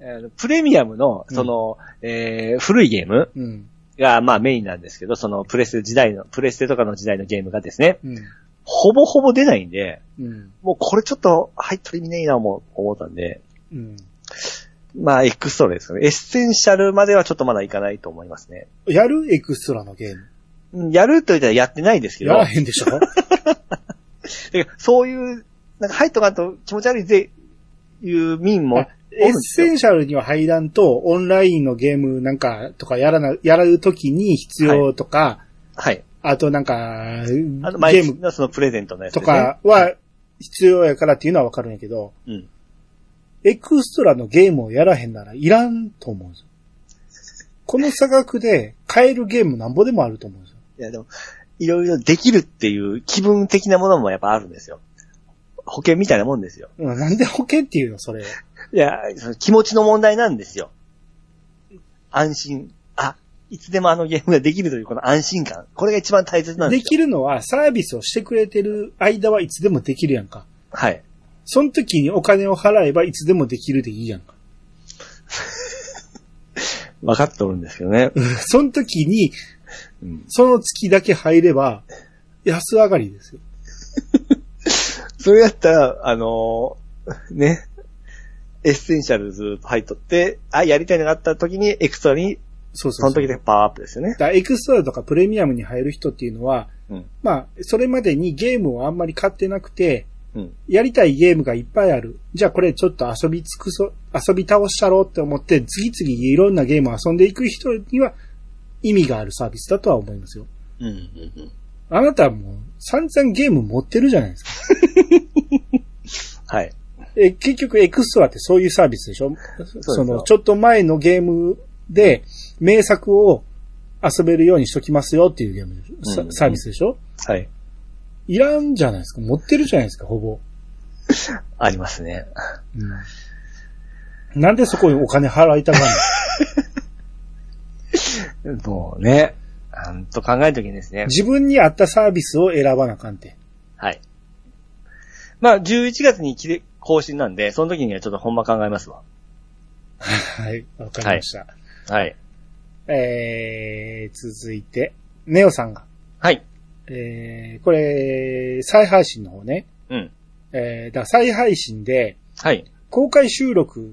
Speaker 2: えープレミアムの、その、えー古いゲーム
Speaker 3: うん。
Speaker 2: が、まあメインなんですけど、そのプレステ時代の、プレステとかの時代のゲームがですね、
Speaker 3: うん。
Speaker 2: ほぼほぼ出ないんで、
Speaker 3: うん。
Speaker 2: もうこれちょっと入っとる意味ねえな、もう思ったんで、
Speaker 3: うん。
Speaker 2: まあエクストラですよね。エッセンシャルまではちょっとまだいかないと思いますね。
Speaker 3: やるエクストラのゲーム。
Speaker 2: うんやると言ったらやってないですけ
Speaker 3: や
Speaker 2: ど、
Speaker 3: らへんでしょ
Speaker 2: だからそういう、なんか入っとかんと気持ち悪いぜ、いう民もおる
Speaker 3: あエ
Speaker 2: んで
Speaker 3: ッ
Speaker 2: す
Speaker 3: セ
Speaker 2: よ。
Speaker 3: ンシャルには入らんと、オンラインのゲームなんかとかやらな、やるときに必要とか、
Speaker 2: はい。
Speaker 3: あとなんか、ゲ
Speaker 2: あの、毎
Speaker 3: ー
Speaker 2: 日
Speaker 3: ム
Speaker 2: のそのプレゼントのやつで
Speaker 3: と
Speaker 2: すね。
Speaker 3: かは必要やからっていうのはわかるんやけど、
Speaker 2: うん。
Speaker 3: エクストラのゲームをやらへんならいらんと思うんですよ。この差額で買えるゲームなんぼでもあると思うんですよ。
Speaker 2: いや、でも、いろいろできるっていう気分的なものもやっぱあるんですよ。保険みたいなもんですよ。
Speaker 3: うんなんで保険っていうのそれ。
Speaker 2: いや、その気持ちの問題なんですよ。安心。あ、いつでもあのゲームができるというこの安心感。これが一番大切なんで
Speaker 3: です
Speaker 2: よ。
Speaker 3: きるのはサービスをしてくれてる間はいつでもできるやんか。
Speaker 2: はい。
Speaker 3: その時にお金を払えばいつでもできるでい いやんか。
Speaker 2: 分かっておるんですけどね。
Speaker 3: その時に、
Speaker 2: うん、
Speaker 3: その月だけ入れば、安上がりですよ。
Speaker 2: それやったら、あのーね、エッセンシャルずっと入っとって、あ、やりたいのがあった時にエクストラに、
Speaker 3: そう
Speaker 2: そ
Speaker 3: そうそう
Speaker 2: の時でパワーアップですよね
Speaker 3: だ。からエクストラとかプレミアムに入る人っていうのは、
Speaker 2: うん
Speaker 3: まあ、それまでにゲームをあんまり買ってなくて、
Speaker 2: うん。
Speaker 3: やりたいゲームがいっぱいある。じゃあこれちょっと遊び尽くそ、遊び倒したろうって思って、次々いろんなゲームを遊んでいく人には意味があるサービスだとは思いますよ。
Speaker 2: うん、うん、うん。
Speaker 3: あなたはもう散々ゲーム持ってるじゃないですか。
Speaker 2: はい。
Speaker 3: え、結局エクストラってそういうサービスでしょ
Speaker 2: よ
Speaker 3: その、ちょっと前のゲームで名作を遊べるようにしときますよっていうゲームでしょ、さ
Speaker 2: うん
Speaker 3: サービスでしょ
Speaker 2: はい。
Speaker 3: いらんじゃないですか。持ってるじゃないですか、ほぼ。
Speaker 2: ありますね。
Speaker 3: なんでそこにお金払いたがる
Speaker 2: もうね、あんと考えるときにですね
Speaker 3: の。自分に合ったサービスを選ばなあかんって。
Speaker 2: はい。まあ、11月に切れ更新なんで、その時にはちょっとほんま考えますわ。
Speaker 3: はい、わかりました。
Speaker 2: はい。
Speaker 3: えー、続いて、ネオさんが。
Speaker 2: はい。
Speaker 3: えー、これ、再配信の方ね。
Speaker 2: うん。
Speaker 3: えー、だから再配信で、
Speaker 2: はい。
Speaker 3: 公開収録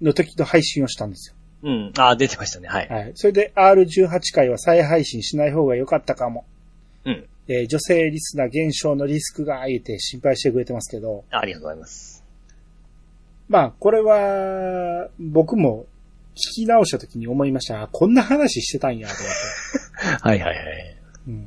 Speaker 3: の時の配信をしたんです
Speaker 2: うん。あ、出てましたね。はい
Speaker 3: よ。。はい。それで R18 回は再配信しない方が良かったかも。
Speaker 2: うん。
Speaker 3: えー女性リスナー減少のリスクが、言えて心配してくれてますけど、
Speaker 2: ありがとうございます。
Speaker 3: まあ、これは、僕も聞き直した時に思いました。あこんな話してたんや、と思って。
Speaker 2: はいはいはい。
Speaker 3: うん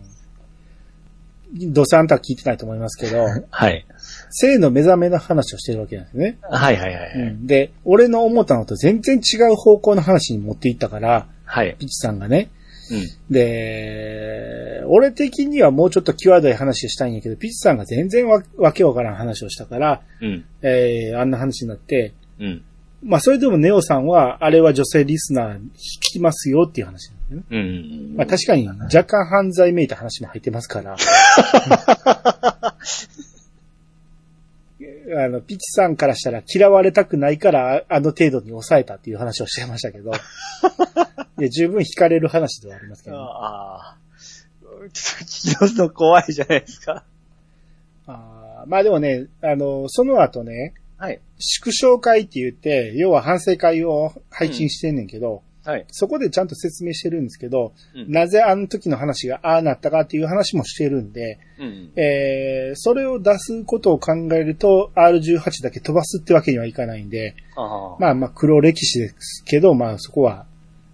Speaker 3: どうせあんたは聞いてないと思いますけど、
Speaker 2: はい。
Speaker 3: 性の目覚めの話をしてるわけなんですね。
Speaker 2: はいはいはい。
Speaker 3: うんで、俺の思ったのと全然違う方向の話に持っていったから、
Speaker 2: はい。
Speaker 3: ピチさんがね。
Speaker 2: うん。
Speaker 3: で、俺的にはもうちょっと際どい話をしたいんやけど、ピチさんが全然わわけわからん話をしたから、
Speaker 2: うん。
Speaker 3: えー、あんな話になって、
Speaker 2: うん。
Speaker 3: まあそれでもネオさんは、あれは女性リスナー引きますよっていう話なんだよね。
Speaker 2: うん。
Speaker 3: まあ確かに若干犯罪めいた話も入ってま すから。あの、ピチさんからしたら嫌われたくないからああの程度に抑えたっていう話をしてましたけ ど。いや、十分惹かれる話ではありますけどね、
Speaker 2: ああ。ちょっと聞き直すの怖いじゃないですか。
Speaker 3: あーまあでもね、あの、その後ね、
Speaker 2: はい。
Speaker 3: 縮小会って言って、要は反省会を配信してんねんけど、
Speaker 2: はい。
Speaker 3: そこでちゃんと説明してるんですけど、
Speaker 2: うん
Speaker 3: なぜあの時の話がああなったかっていう話もしてるんで、
Speaker 2: うん。
Speaker 3: えー、それを出すことを考えると R18 だけ飛ばすってわけにはいかないんで、
Speaker 2: ああ。
Speaker 3: まあまあ黒歴史ですけど、まあそこは、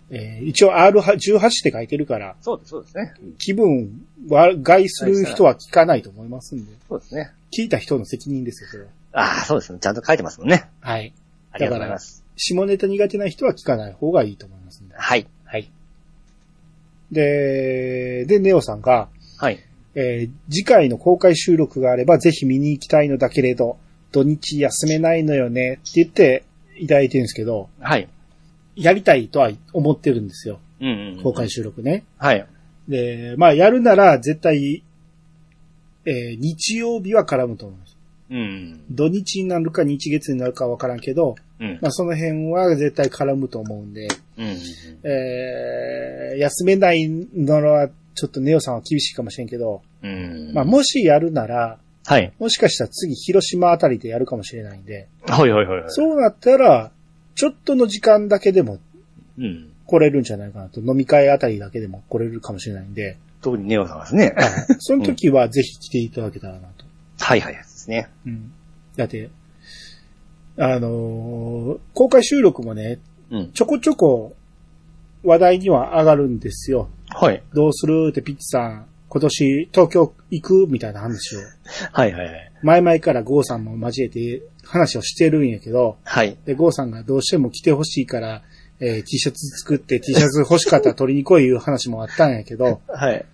Speaker 3: えー、一応 R18 って書いてるから、
Speaker 2: そうです、そうですね。
Speaker 3: 気分は害する人は聞かないと思いますんで、
Speaker 2: そうですね。
Speaker 3: 聞いた人の責任ですよ、それは。
Speaker 2: ああ、そうですね。ちゃんと書いてますもんね。
Speaker 3: はい。
Speaker 2: ありがとうございます。
Speaker 3: 下ネタ苦手な人は聞かない方がいいと思いますんで。
Speaker 2: はい。
Speaker 3: はい。で、で、ネオさんが、
Speaker 2: はい。
Speaker 3: えー次回の公開収録があればぜひ見に行きたいのだけれど、土日休めないのよねって言っていただいてるんですけど、
Speaker 2: はい。
Speaker 3: やりたいとは思ってるんですよ。
Speaker 2: うんうんうん。
Speaker 3: 公開収録ね。
Speaker 2: はい。
Speaker 3: で、まあやるなら絶対、えー日曜日は絡むと思います。
Speaker 2: うん。
Speaker 3: 土日になるか日月になるかわからんけど、
Speaker 2: うん。
Speaker 3: まあその辺は絶対絡むと思うんで、
Speaker 2: うん。
Speaker 3: えー休めないのはちょっとネオさんは厳しいかもしれんけど、
Speaker 2: うん。
Speaker 3: まあもしやるなら、
Speaker 2: はい。
Speaker 3: もしかしたら次広島あたりでやるかもしれないんで、
Speaker 2: はいはいはいはい。
Speaker 3: そうなったら、ちょっとの時間だけでも
Speaker 2: うん。
Speaker 3: 来れるんじゃないかなと、飲み会あたりだけでも来れるかもしれないん で、
Speaker 2: 特にネオさんはですね。
Speaker 3: その時はぜひ来ていただけたらなと。
Speaker 2: はいはいですね。
Speaker 3: うん。だって、あのー公開収録もね、
Speaker 2: うん。
Speaker 3: ちょこちょこ話題には上がるんですよ。
Speaker 2: はい。
Speaker 3: どうするってピッチさん、今年東京行くみたいな話を、
Speaker 2: はいはいはい。
Speaker 3: 前々からゴーさんも交えて話をしてるんやけど、
Speaker 2: はい。
Speaker 3: で、ゴーさんがどうしても着てほしいから、えー T シャツ作って T シャツ欲しかったら取りに来いいう話もあったんやけど、
Speaker 2: はい。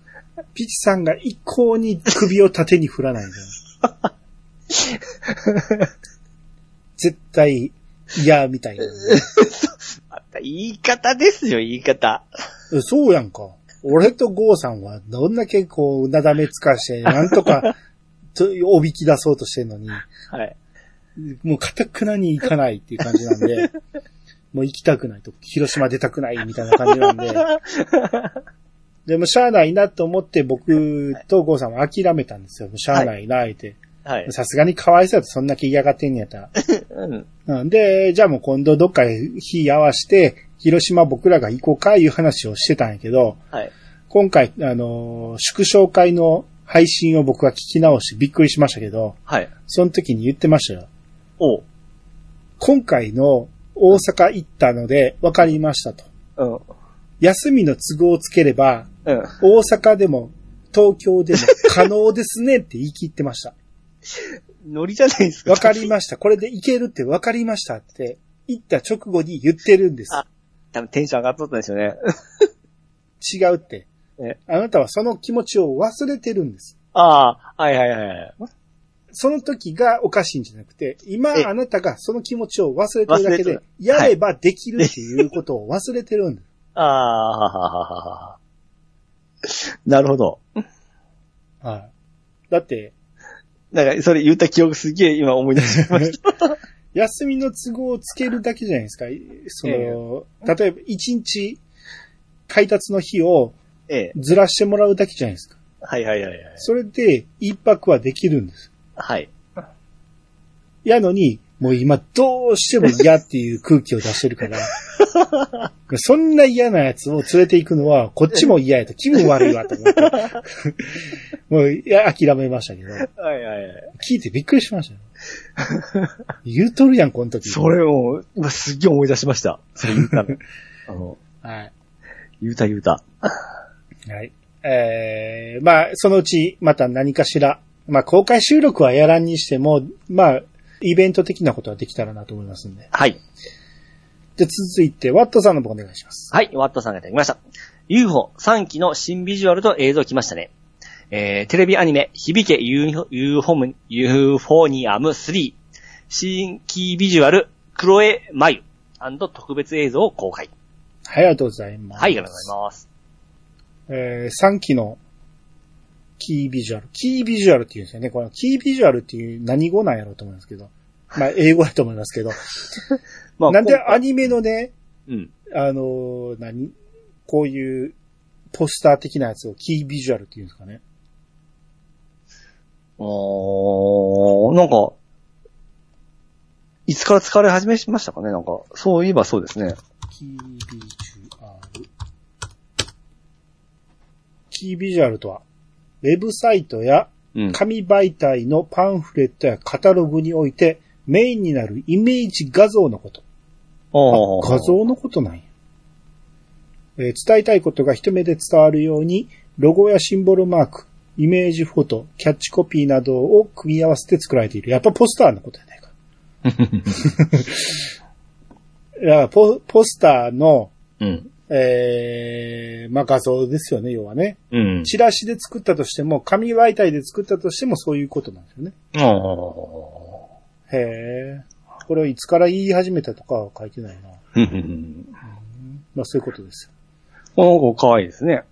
Speaker 3: ピチさんが一向に首を縦に振らないんだよ。絶対嫌みたいな。
Speaker 2: 言い方ですよ、言い方。
Speaker 3: えそうやんか。俺とゴーさんはどんだけこう、なだめつかして、なんとか、とおびき出そうとしてんの に、
Speaker 2: はい。
Speaker 3: もう堅くなに行かないっていう感じなんで、もう行きたくないと、広島出たくないみたいな感じなんで、でもしゃあないなと思って僕とゴーさんは諦めたんですよ。もうしゃあないな、って。
Speaker 2: はい。
Speaker 3: さすがにかわいそうだとそんだけ嫌がってんねやったら。
Speaker 2: うん。
Speaker 3: うんで、じゃあもう今度どっかで日合わして、広島僕らが行こうかいう話をしてたんやけど、
Speaker 2: はい。
Speaker 3: 今回、あのー縮小会の配信を僕は聞き直してびっくりしましたけど、
Speaker 2: はい。
Speaker 3: その時に言ってましたよ。
Speaker 2: おう。
Speaker 3: 今回の大阪行ったので分かりましたと。
Speaker 2: うん。
Speaker 3: 休みの都合をつければ、
Speaker 2: うん。
Speaker 3: 大阪でも東京でも可能ですねって言い切ってま した。
Speaker 2: ノリじゃないですか。
Speaker 3: 分かりました。これで行けるって分かりましたって、行った直後に言ってるんです。
Speaker 2: あ多分テンション上がっとったんですよね。
Speaker 3: 違うって
Speaker 2: え。
Speaker 3: あなたはその気持ちを忘れてるんです。
Speaker 2: ああ、はいはいはい。
Speaker 3: その時がおかしいんじゃなくて、今
Speaker 2: え
Speaker 3: あなたがその気持ちを忘れてるだけ
Speaker 2: 忘れ
Speaker 3: で
Speaker 2: て、
Speaker 3: やればできるっていうことを忘れてる んです。
Speaker 2: ああ、ははははは。なるほど。
Speaker 3: はい。だって、
Speaker 2: なんか、それ言った記憶すげえ今思い出しました。
Speaker 3: 休みの都合をつけるだけじゃないですか。その、
Speaker 2: え
Speaker 3: 例えば一日、配達の日を
Speaker 2: ええ。
Speaker 3: ずらしてもらうだけじゃないですか。
Speaker 2: はいはいはいはい。
Speaker 3: それで一泊はできるんです。
Speaker 2: はい。
Speaker 3: やのに、もう今どうしても嫌っていう空気を出してるから、 そんな嫌なやつを連れて行くのは、こっちも嫌やと気分悪いわと思って、 もういや諦めましたけど、
Speaker 2: はいはいはい。
Speaker 3: 聞いてびっくりしましたよ。言うとるやん、この時。
Speaker 2: それを、今すげえ思い出しま した。それ言うたの。あの、
Speaker 3: はい。
Speaker 2: 言うた言うた。
Speaker 3: はい。えー、まあ、そのうち、また何かしら、まあ、公開収録はやらんにしても、まあ、イベント的なことはできたらなと思いますんで。
Speaker 2: はい。
Speaker 3: で、続いて、ワットさんの方お願いします。
Speaker 2: はい、ワットさんがいただきました。UFO3 期の新ビジュアルと映像来ましたね。えー、テレビアニメ、響け UFO ユーフォニアム3、新キービジュアル、クロエ・マユ、特別映像を公開。
Speaker 3: はい、ありがとうございます。
Speaker 2: はい、ありがとうございます。
Speaker 3: えー、3期のキービジュアル。キービジュアルって言うんですよね。このキービジュアルっていう何語なんやろうと思うんですけど。 まあ、英語だと思いますけど。
Speaker 2: ま
Speaker 3: なんでア
Speaker 2: ニ
Speaker 3: ニメのね、
Speaker 2: うん。
Speaker 3: あのー何こういうポスター的なやつをキービジュアルって言うんですかね。
Speaker 2: おー、なんか、いつから使われ始めましたかねなんか、そういえばそうですね。
Speaker 3: キービジュアル。キービジュアルとは、ウェブサイトや
Speaker 2: うん。
Speaker 3: 紙媒体のパンフレットやカタログにおいてメインになるイメージ画像のこと。あ
Speaker 2: おー
Speaker 3: 画像のことなんや。えー伝えたいことが一目で伝わるように、ロゴやシンボルマーク、イメージフォト、キャッチコピーなどを組み合わせて作られている。やっぱポスターのこと やないか。いやポポスターの、
Speaker 2: うん。
Speaker 3: えー、まあ、画像ですよね、要はね。
Speaker 2: うん。
Speaker 3: チラシで作ったとしても、紙媒体で作ったとしてもそういうことなんですよね。
Speaker 2: お
Speaker 3: へえ。これはいつから言い始めたとかは書いてないな。
Speaker 2: ー。
Speaker 3: まあそういうことです
Speaker 2: この子可愛いですね。
Speaker 3: よ。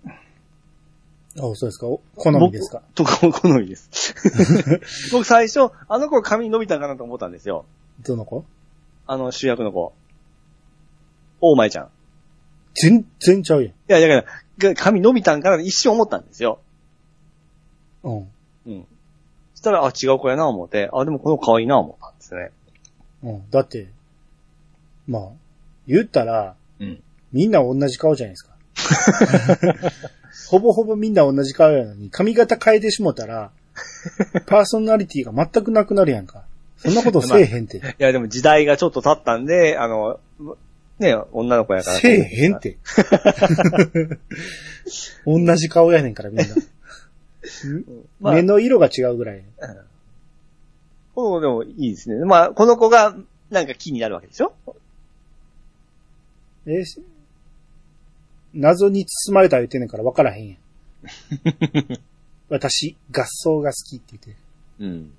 Speaker 3: あそうですか。お好みですか。
Speaker 2: 僕と好みです。 僕最初、あの子髪伸びたんかなと思ったんですよ。
Speaker 3: どの子
Speaker 2: あの主役の子。大前ちゃん。い
Speaker 3: 全然ちゃうやん。
Speaker 2: や、だから、が髪伸びたんかなって一瞬思ったんですよ。
Speaker 3: うん。
Speaker 2: うん。そしたら、あ、違う子やな思って、あ、でもこの子可愛いな思ったんですね。
Speaker 3: うん。だって、まあ、言ったら、
Speaker 2: うん。
Speaker 3: みんな同じ顔じゃないですか。ほぼほぼみんな同じ顔やのに、髪型変えてしもたら、パーソナリティが全くなくなるやんか。そんなことせえへん て。
Speaker 2: いや、でも時代がちょっと経ったんで、あの、ね、女の子やから。
Speaker 3: せえへん っ。て。同じ顔やねんからみんな。
Speaker 2: まあ
Speaker 3: 目の色が違うぐらい。
Speaker 2: この子でもいいですね。まあ、この子が、なんか気になるわけでしょ
Speaker 3: えーし謎に包まれた言ってんねんから分からへんやん。 私、合奏が好きって言ってる。
Speaker 2: うん。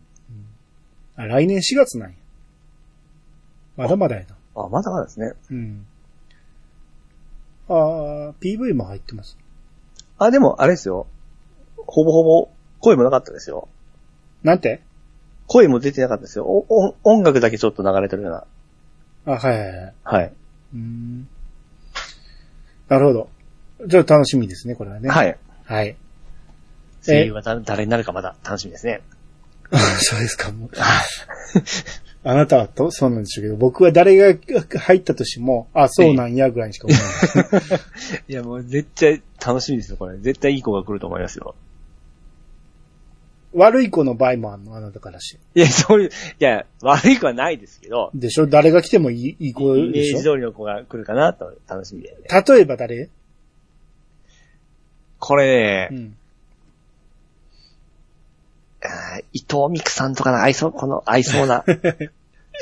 Speaker 3: あ、来年4月なんや。まだまだやな。
Speaker 2: あ、まだまだですね。
Speaker 3: うん。あー PV も入ってます。
Speaker 2: あ、でも、あれですよ。ほぼほぼ、声もなかったですよ。
Speaker 3: なんて
Speaker 2: 声も出てなかったですよ。おお音楽だけちょっと流れてるような。
Speaker 3: あ、はいはいはい。
Speaker 2: はい。
Speaker 3: うーん。なるほど。じゃあ楽しみですね、これはね。
Speaker 2: はい。
Speaker 3: はい。
Speaker 2: 声優がだ誰になるかまだ楽しみですね。
Speaker 3: あそうですか、もう。あなたはと、そうなんでしょうけど、僕は誰が入ったとしても、あ、そうなんや、ぐらいにしか思わない。
Speaker 2: い や、もう絶対楽しみですよ、これ。絶対いい子が来ると思いますよ。
Speaker 3: 悪い子の場合もあんの、あなたからして。
Speaker 2: いや、そういう、いや、悪い子はないですけど、
Speaker 3: でしょ誰が来てもいい、いい子
Speaker 2: イメ
Speaker 3: で
Speaker 2: ー
Speaker 3: し
Speaker 2: ジ
Speaker 3: ょ
Speaker 2: 通りの子が来るかなと、楽しみで、ね。
Speaker 3: 例えば誰
Speaker 2: これ
Speaker 3: う
Speaker 2: ね、
Speaker 3: ん。
Speaker 2: あー伊藤美久さんとかの愛想、この愛想 な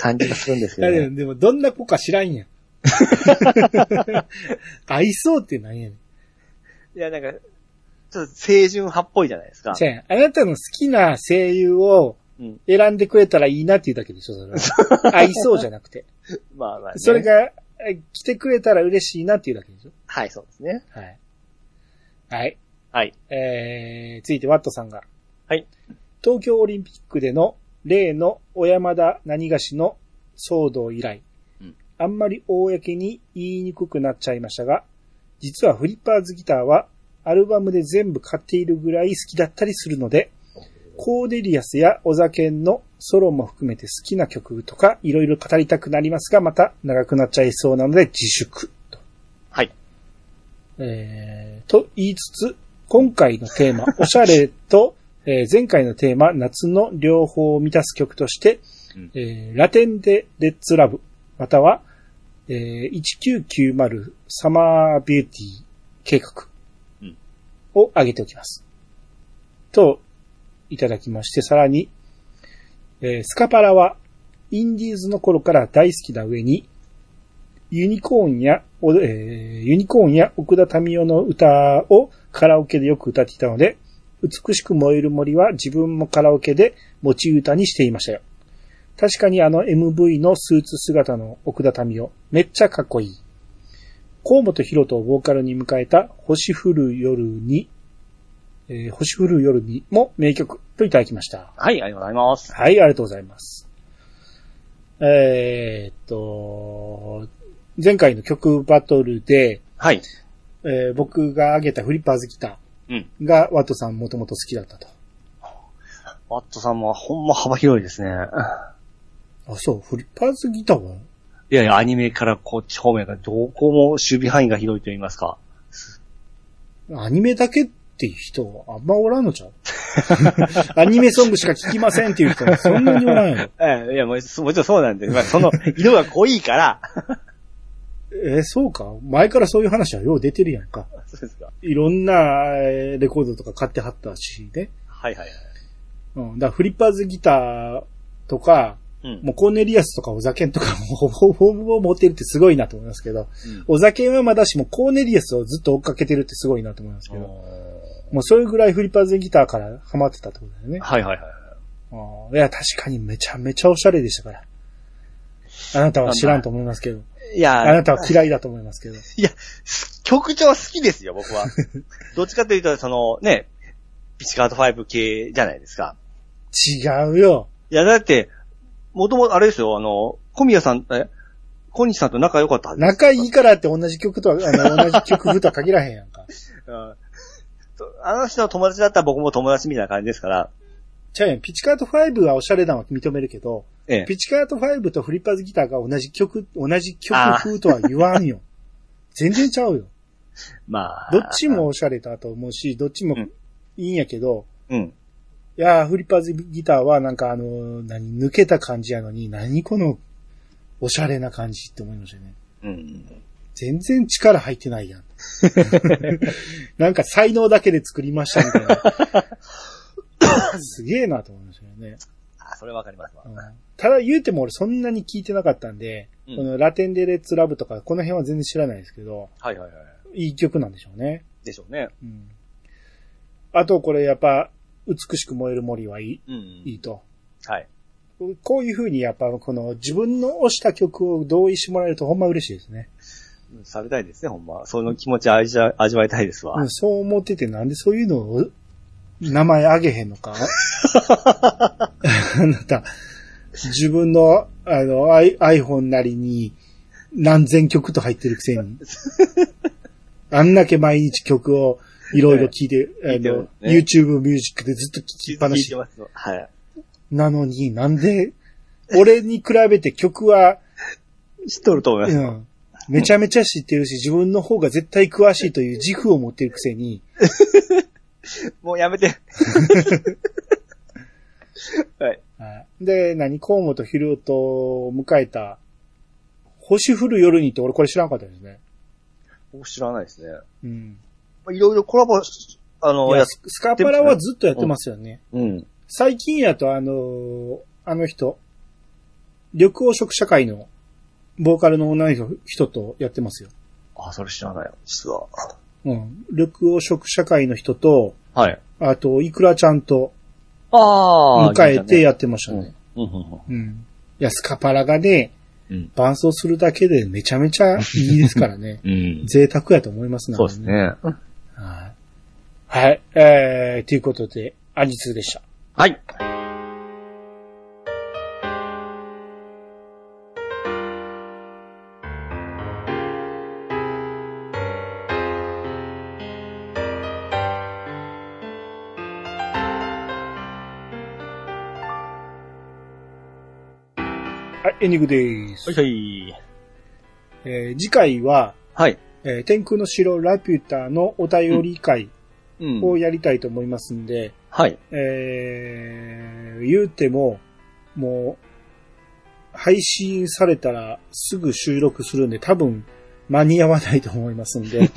Speaker 2: 感じがするんですけど、ね。
Speaker 3: でも、どんな子か知らん やん。愛想ってなんやねん。
Speaker 2: いや、なんか、ちょっと青春派っぽいじゃないですか。
Speaker 3: じゃあ、あなたの好きな声優を
Speaker 2: うん。
Speaker 3: 選んでくれたらいいなっていうだけでしょ、それ は。愛想じゃなくて。
Speaker 2: まあまあ、ね。
Speaker 3: それが、え来てくれたら嬉しいなっていうだけでしょ。
Speaker 2: はい、そうですね。
Speaker 3: はい。はい。
Speaker 2: はい。
Speaker 3: えー、続いてワットさんが。
Speaker 2: はい。
Speaker 3: 東京オリンピックでの例の小山田何がしの騒動以来、
Speaker 2: うん
Speaker 3: あんまり公に言いにくくなっちゃいましたが、実はフリッパーズギターはアルバムで全部買っているぐらい好きだったりするので、コーデリアスや小酒のソロも含めて好きな曲とかいろいろ語りたくなりますが、また長くなっちゃいそうなので自粛と。
Speaker 2: はい。
Speaker 3: えーと言いつつ、今回のテー マ、おしゃれと、えー前回のテーマ、夏の両方を満たす曲として、
Speaker 2: うん
Speaker 3: えーラテンでレッツラブ、または、えー1990サマービューティー計画、
Speaker 2: うん
Speaker 3: を挙げておきます。と、いただきまして、さらに、えースカパラは、インディーズの頃から大好きな上に、ユニコーンや、おえーユニコーンや奥田民生の歌をカラオケでよく歌っていたので、美しく燃える森は自分もカラオケで持ち歌にしていましたよ。確かにあの MV のスーツ姿の奥田民生、めっちゃかっこいい。河本博とボーカルに迎えた星降る夜に、えー星降る夜にも名曲といただきました。
Speaker 2: はい、ありがとうございます。
Speaker 3: はい、ありがとうございます。えーっと、前回の曲バトルで、
Speaker 2: はい。
Speaker 3: えー僕が挙げたフリッパーズギタ
Speaker 2: うん。
Speaker 3: ーがワットさんもともと好きだったと。
Speaker 2: ワットさんもほんま幅広いですね。
Speaker 3: あ、そう、フリッパーズギターはい
Speaker 2: やいや、アニメからこっち方面からどこも守備範囲が広いと言いますか。
Speaker 3: アニメだけっていう人あんまおらんのち ゃうアニメソングしか聴きませんっていう人そんなにおらんよ。
Speaker 2: ええ、いや、もうそもちろんそうなんです。まあ、そ の、色が濃いから。
Speaker 3: えーそうか前からそういう話はよう出てるやんか。
Speaker 2: そうですか。
Speaker 3: いろんなえーレコードとか買ってはったしね。
Speaker 2: はいはいはい。
Speaker 3: うん。だからフリッパーズギターとか、
Speaker 2: うん。
Speaker 3: もうコーネリアスとかオザケンとかもほぼほぼ持ってるってすごいなと思いますけど、
Speaker 2: うん
Speaker 3: オザケンはまだしもコーネリアスをずっと追っかけてるってすごいなと思いますけど、
Speaker 2: は
Speaker 3: もうそういうぐらいフリッパーズギターからハマってたってことだよね。
Speaker 2: いはいはい。
Speaker 3: あーいや、確かにめちゃめちゃオシャレでしたから。あなたは知らんと思いますけど、
Speaker 2: い
Speaker 3: あ
Speaker 2: や
Speaker 3: な、たは嫌いだと思いますけど。
Speaker 2: いや、曲調は好きですよ、僕 は。どっちかというと、その、ね、ピチカート5系じゃないですか。
Speaker 3: 違うよ。
Speaker 2: いや、だって、もともとあれですよ、あの、小宮さん、え、小西さんと仲良かったはずです
Speaker 3: 仲いいからって同じ曲とは、あの、同じ曲譜とは限らへんやんか。
Speaker 2: うんとあの人の友達だったら僕も友達みたいな感じですから、
Speaker 3: ちゃうやん、ピチカート5はオシャレなのは認めるけど、
Speaker 2: ええ。
Speaker 3: ピチカート5とフリッパーズギターが同じ曲、同じ曲風とは言わん よ。全然ちゃうよ。
Speaker 2: まあ。
Speaker 3: どっちもオシャレだと思うし、どっちも
Speaker 2: うん
Speaker 3: いいんやけど、
Speaker 2: うん。
Speaker 3: いやーフリッパーズギターはなんかあのー何、抜けた感じやのに、何この、オシャレな感じって思いましたね。
Speaker 2: うん。
Speaker 3: 全然力入っ てないやん。なんか才能だけで作りましたみたい な。すげえなと思いましたよね。
Speaker 2: あ、それわかりますわ
Speaker 3: う。んただ言うても俺そんなに聞いてなかったんで、
Speaker 2: うん
Speaker 3: このラテンデレッツラブとかこの辺は全然知らないですけど、
Speaker 2: はいはいはい。
Speaker 3: いい曲なんでしょうね。
Speaker 2: でしょうね。
Speaker 3: うん、あとこれやっぱ、美しく燃える森はいい
Speaker 2: うん。
Speaker 3: いいと。
Speaker 2: はい。
Speaker 3: こういう風にやっぱこの自分の推した曲を同意してもらえるとほんま嬉しいですね。
Speaker 2: されたいですね、ほんま。その気持ち味わ味わいたいですわ。
Speaker 3: うん、そう思っててなんでそういうのを名前あげへん のかあなた、自分の、あの、アイ iPhone なりに何千曲と入ってるくせ に。あんだけ毎日曲をいろいろ聴いて、
Speaker 2: ね
Speaker 3: あの、
Speaker 2: 聞
Speaker 3: YouTube ミュージックでずっと聴きっぱな
Speaker 2: 聞い。
Speaker 3: して
Speaker 2: ますよはい。
Speaker 3: なのになんで、俺に比べて曲は、
Speaker 2: 知っとると思います。
Speaker 3: うん。めちゃめちゃ知ってるし、自分の方が絶対詳しいという自負を持ってるくせに、
Speaker 2: もうや めて。はい。
Speaker 3: で、何河本博人を迎えた、星降る夜にって俺これ知らなかったですね。
Speaker 2: 僕知らないですね。
Speaker 3: うん。
Speaker 2: まあいろいろコラボし、あの、
Speaker 3: い
Speaker 2: や
Speaker 3: や、
Speaker 2: つ
Speaker 3: ススカパラはずっとやってますよね。
Speaker 2: うん。
Speaker 3: 最近やとあのーあの人、緑黄色社会のボーカルの女の人とやってますよ。
Speaker 2: あ、それ知らないよ、実は。
Speaker 3: うん。緑黄色社会の人と、
Speaker 2: はい。
Speaker 3: あと、イクラちゃんと
Speaker 2: ああ。
Speaker 3: 迎えて
Speaker 2: や
Speaker 3: やってましたね。
Speaker 2: うんうんうん
Speaker 3: うん。いや、スカパラがね、
Speaker 2: うん。
Speaker 3: 伴奏するだけでめちゃめちゃいいですからね
Speaker 2: うん。
Speaker 3: 贅沢やと思います
Speaker 2: そうです。ね。
Speaker 3: はい。はい。えー、ということで、アニツーでした。
Speaker 2: はい。
Speaker 3: はい、エンディングです。
Speaker 2: はい。
Speaker 3: えー次回は、
Speaker 2: はい。
Speaker 3: えー天空の城ラピュタのお便り会
Speaker 2: うん
Speaker 3: をやりたいと思いますんで、
Speaker 2: はい。
Speaker 3: えー、言うても、もう、配信されたらすぐ収録するん で、多分間に合わないと思いますんで、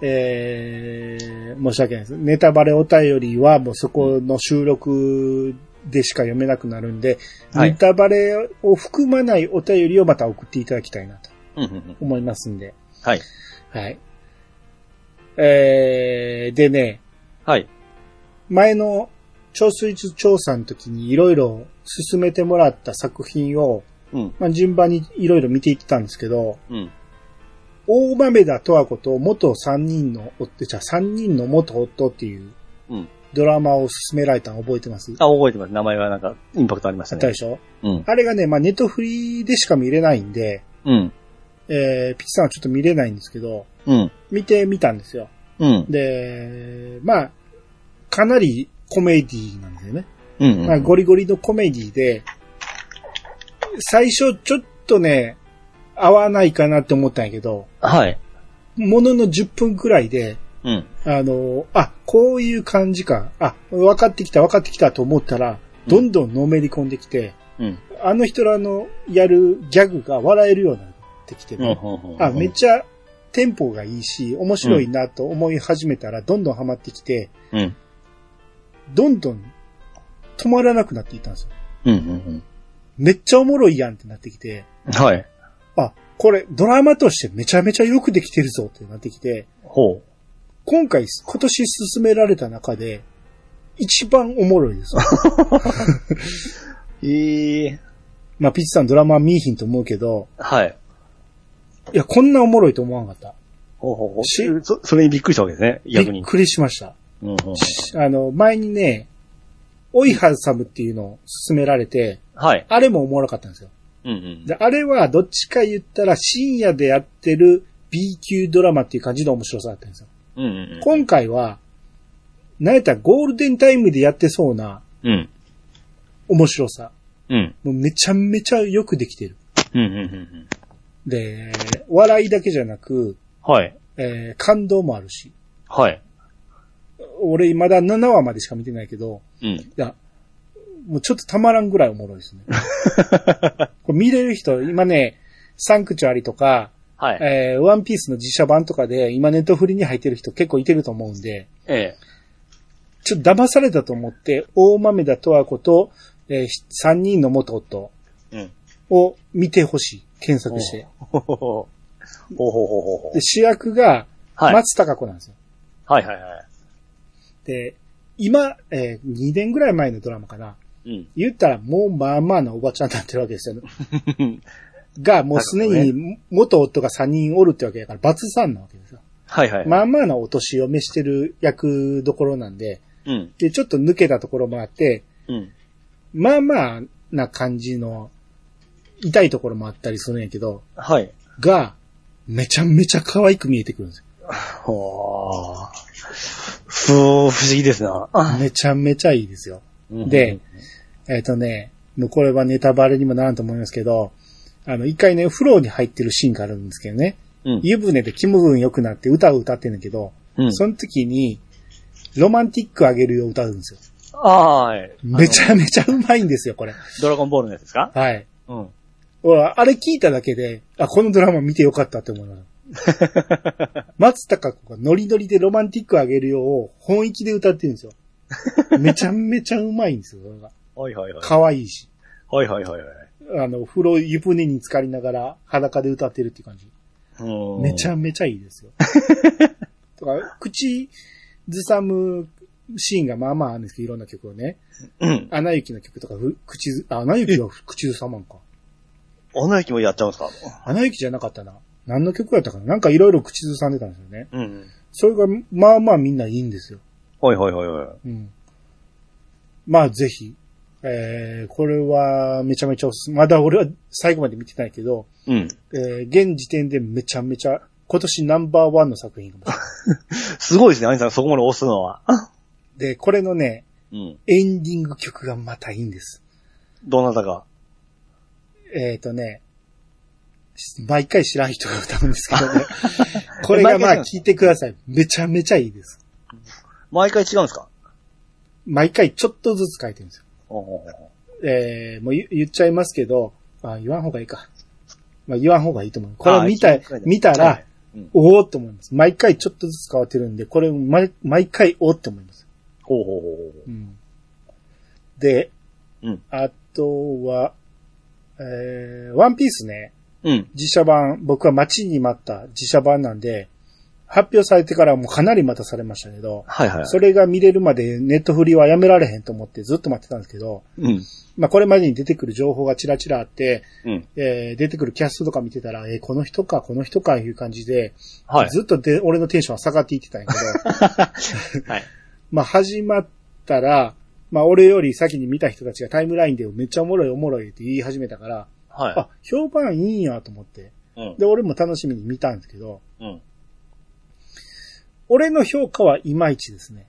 Speaker 3: えー、ね、申し訳ないです。ネタバレお便りはもうそこの収録でしか読めなくなるんで、
Speaker 2: はい
Speaker 3: ネタバレを含まないお便りをまた送っていただきたいなと
Speaker 2: うんうんうん。
Speaker 3: 思いますんで。
Speaker 2: はい。
Speaker 3: はい。えー、でね、
Speaker 2: はい。前
Speaker 3: 前の調水術調査の時にいろいろ進めてもらった作品を、
Speaker 2: うん。
Speaker 3: まあ、順番にいろいろ見ていってたんですけど、
Speaker 2: うん。
Speaker 3: 大豆田とはこと元3人の夫、じゃあ3人の元夫っていう
Speaker 2: うん。
Speaker 3: ドラマを進められたの覚えてます
Speaker 2: あ、覚えてます。名前はなんか、インパクトありました
Speaker 3: あった
Speaker 2: ね
Speaker 3: で。しょ
Speaker 2: うん。
Speaker 3: あれがね、まあネットフリでしか見れないんで、
Speaker 2: うん。
Speaker 3: えー、ピッチさんはちょっと見れないんですけど、
Speaker 2: うん。
Speaker 3: 見てみたんですよ。
Speaker 2: うん。
Speaker 3: で、まあ、かなりコメディなんですよね。
Speaker 2: うん。
Speaker 3: まあ、ゴリゴリのコメディで、最初ちょっとね、合わないかなって思ったんやけど、
Speaker 2: はい。
Speaker 3: ものの10分くらいで、
Speaker 2: うん。
Speaker 3: あの、あ、こういう感じか、あ、分かってきた分かってきたと思ったら、どんどんのめり込んできて、
Speaker 2: うん。
Speaker 3: あの人らのやるギャグが笑えるようになってきて
Speaker 2: うん
Speaker 3: ね、あ、めっちゃテンポがいいし、面白いなと思い始めたら、どんどんハマってきて、
Speaker 2: うん。
Speaker 3: どんどん止まらなくなっていったんです
Speaker 2: うん。
Speaker 3: よ。
Speaker 2: うん。
Speaker 3: めっちゃおもろいやんってなってきて、
Speaker 2: うん。はい。
Speaker 3: あ、これドラマとしてめちゃめちゃよくできてるぞってなってきて、
Speaker 2: ほ
Speaker 3: 今回、今年進められた中で、一番おもろ いです。
Speaker 2: う。ええ。
Speaker 3: まあ、ピッチさんドラマ見いひんと思うけど、
Speaker 2: はい。
Speaker 3: いや、こんなおもろいと思わなかった。
Speaker 2: ほうほうほう。
Speaker 3: し
Speaker 2: そ、それにびっくりしたわけですね。逆
Speaker 3: びっ
Speaker 2: に。
Speaker 3: くりしました。
Speaker 2: うんうんうん
Speaker 3: あの、前にね、オイハサムっていうのを勧められて、
Speaker 2: はい。
Speaker 3: あれもおもろかったんですよ。
Speaker 2: うんうん。
Speaker 3: で、あれはどっちか言ったら深夜でやってる B 級ドラマっていう感じの面白さだったんですよ。
Speaker 2: うんうん
Speaker 3: 今回は、なんやったらゴールデンタイムでやってそうな
Speaker 2: うん。うん。
Speaker 3: 面白さ。
Speaker 2: うん。
Speaker 3: もうめちゃめちゃよくできてる。
Speaker 2: うんうんうんうん。
Speaker 3: で、笑いだけじゃなく、
Speaker 2: はい。
Speaker 3: えー感動もあるし。
Speaker 2: はい。
Speaker 3: 俺まだ7話までしか見てないけど、
Speaker 2: うん。
Speaker 3: いや、もうちょっとたまらんぐらいおもろいですね。これ見れる人、今ね、サンクチュアリとか、
Speaker 2: はい。
Speaker 3: えーワンピースの実写版とかで、今ネットフリに入ってる人結構いてると思うんで、
Speaker 2: ええ。
Speaker 3: ちょっと騙されたと思って、大豆田とはこと、えー、3人の元夫
Speaker 2: うん。
Speaker 3: を見てほしい。検索して。
Speaker 2: ほうほうほう。ほうほうほうほうほう
Speaker 3: で、。主役が、
Speaker 2: はい。
Speaker 3: 松たか子なんですよ。
Speaker 2: はいはいは
Speaker 3: で、今、えー2年ぐらい前のドラマかな。
Speaker 2: い。
Speaker 3: 言ったらもうまあまあなおばちゃんになってるわけですよ、ね。
Speaker 2: うん。
Speaker 3: が、もうすで
Speaker 2: なるほ
Speaker 3: に元夫が3人おるってわけだから、バツ3なわけですよ。
Speaker 2: はいはい。
Speaker 3: まあまあなお年を召してる役どころなんで、
Speaker 2: うん。
Speaker 3: で、ちょっと抜けたところもあって、
Speaker 2: うん。
Speaker 3: まあまあな感じの、痛いところもあったりするんやけど、
Speaker 2: はい。
Speaker 3: が、めちゃめちゃ可愛く見えてくるんですよ。
Speaker 2: ほー。そう、不思議ですな。
Speaker 3: めちゃめちゃいいですよ。
Speaker 2: うん
Speaker 3: で、えっ、とね、もうこれはネタバレにもならんと思いますけど、あの、一回ね、風呂に入ってるシーンがあるんですけどね、
Speaker 2: うん。
Speaker 3: 湯船で気分良くなって歌を歌ってんだけど、
Speaker 2: うん。
Speaker 3: その時に、ロマンティックあげるよを歌うんですよ。
Speaker 2: あーはい。
Speaker 3: めち
Speaker 2: ゃ。
Speaker 3: ゃめちゃうまいんですよ、これ。
Speaker 2: ドラゴンボールのやつですか
Speaker 3: はい。
Speaker 2: うん。
Speaker 3: 俺はあれ聞いただけで、あ、このドラマ見てよかったって思います。松たか子がノリノリでロマンティックあげるよを本気で歌ってるんですよ。めちゃめちゃうまいんですよ、それが。
Speaker 2: はいはいはい。
Speaker 3: 可愛いし。
Speaker 2: はいはいはいはい。
Speaker 3: あの、風呂、湯船に浸かりながら裸で歌ってるっていう感じ。
Speaker 2: うん
Speaker 3: めちゃめちゃいいですよ。とか、口ずさむシーンがまあまああるんですけど、いろんな曲をね。
Speaker 2: うん。
Speaker 3: アナ雪の曲とかふ、口ず、あアナ雪は口ずさまんか。
Speaker 2: オナ雪もやっちゃうんですか
Speaker 3: アナ雪じゃなかったな。何の曲やったかななんかいろいろ口ずさんでたんですよね。
Speaker 2: うん。
Speaker 3: それが、まあまあみんないいんですよ。
Speaker 2: はいはいはいはい。
Speaker 3: うん。まあぜひ。えー、これはめちゃめちゃおすすめ。まだ俺は最後まで見てないけど、
Speaker 2: うん。
Speaker 3: えー、現時点でめちゃめちゃ、今年ナンバーワンの作品かもしれない。
Speaker 2: すごいですね、アニさん、そこまで押すのは。
Speaker 3: で、これのね、
Speaker 2: うん。
Speaker 3: エンディング曲がまたいいんです。
Speaker 2: どなたか。
Speaker 3: えっ、ー、とね、し毎回知らん人が歌うんですけ どね。これがまあ
Speaker 2: 毎回知らん
Speaker 3: 聞いてください。めちゃめちゃいいです。
Speaker 2: 毎回違うんですか
Speaker 3: 毎回ちょっとずつ書いてるんですよ。
Speaker 2: ほうほうほ
Speaker 3: えー、もう言言っちゃいますけど、まあ言わん方がいいか。まあ言わん方がいいと思う。これ見た
Speaker 2: あー言わん方がいい、
Speaker 3: 見た
Speaker 2: は
Speaker 3: ら
Speaker 2: い、うん
Speaker 3: おおって思います。毎回ちょっとずつ変わってるんで、これ、毎毎回おおって思います。
Speaker 2: ほうほうほうほ
Speaker 3: うんで、
Speaker 2: うん
Speaker 3: あとは、えー、ワンピースね、
Speaker 2: う。うん。
Speaker 3: 自社版、僕は待ちに待った自社版なんで、発表されてからもうかなり待たされましたけど、
Speaker 2: はいはい。
Speaker 3: それが見れるまでネットフリはやめられへんと思ってずっと待ってたんですけど、
Speaker 2: うん。
Speaker 3: まあこれまでに出てくる情報がちらちらあって、
Speaker 2: うん。
Speaker 3: えー出てくるキャストとか見てたら、えーこの人か、この人か、いう感じで、
Speaker 2: はい。
Speaker 3: ずっとで、俺のテンションは下がっていってたんやけど、
Speaker 2: はい。
Speaker 3: まあ始まったら、まあ俺より先に見た人たちがタイムラインでめっちゃおもろいおもろいって言い始めたから、
Speaker 2: は
Speaker 3: あ、評判いいんやと思って。
Speaker 2: い。うん。
Speaker 3: で、俺も楽しみに見たんですけど、
Speaker 2: うん。
Speaker 3: 俺の評価はいまいちですね。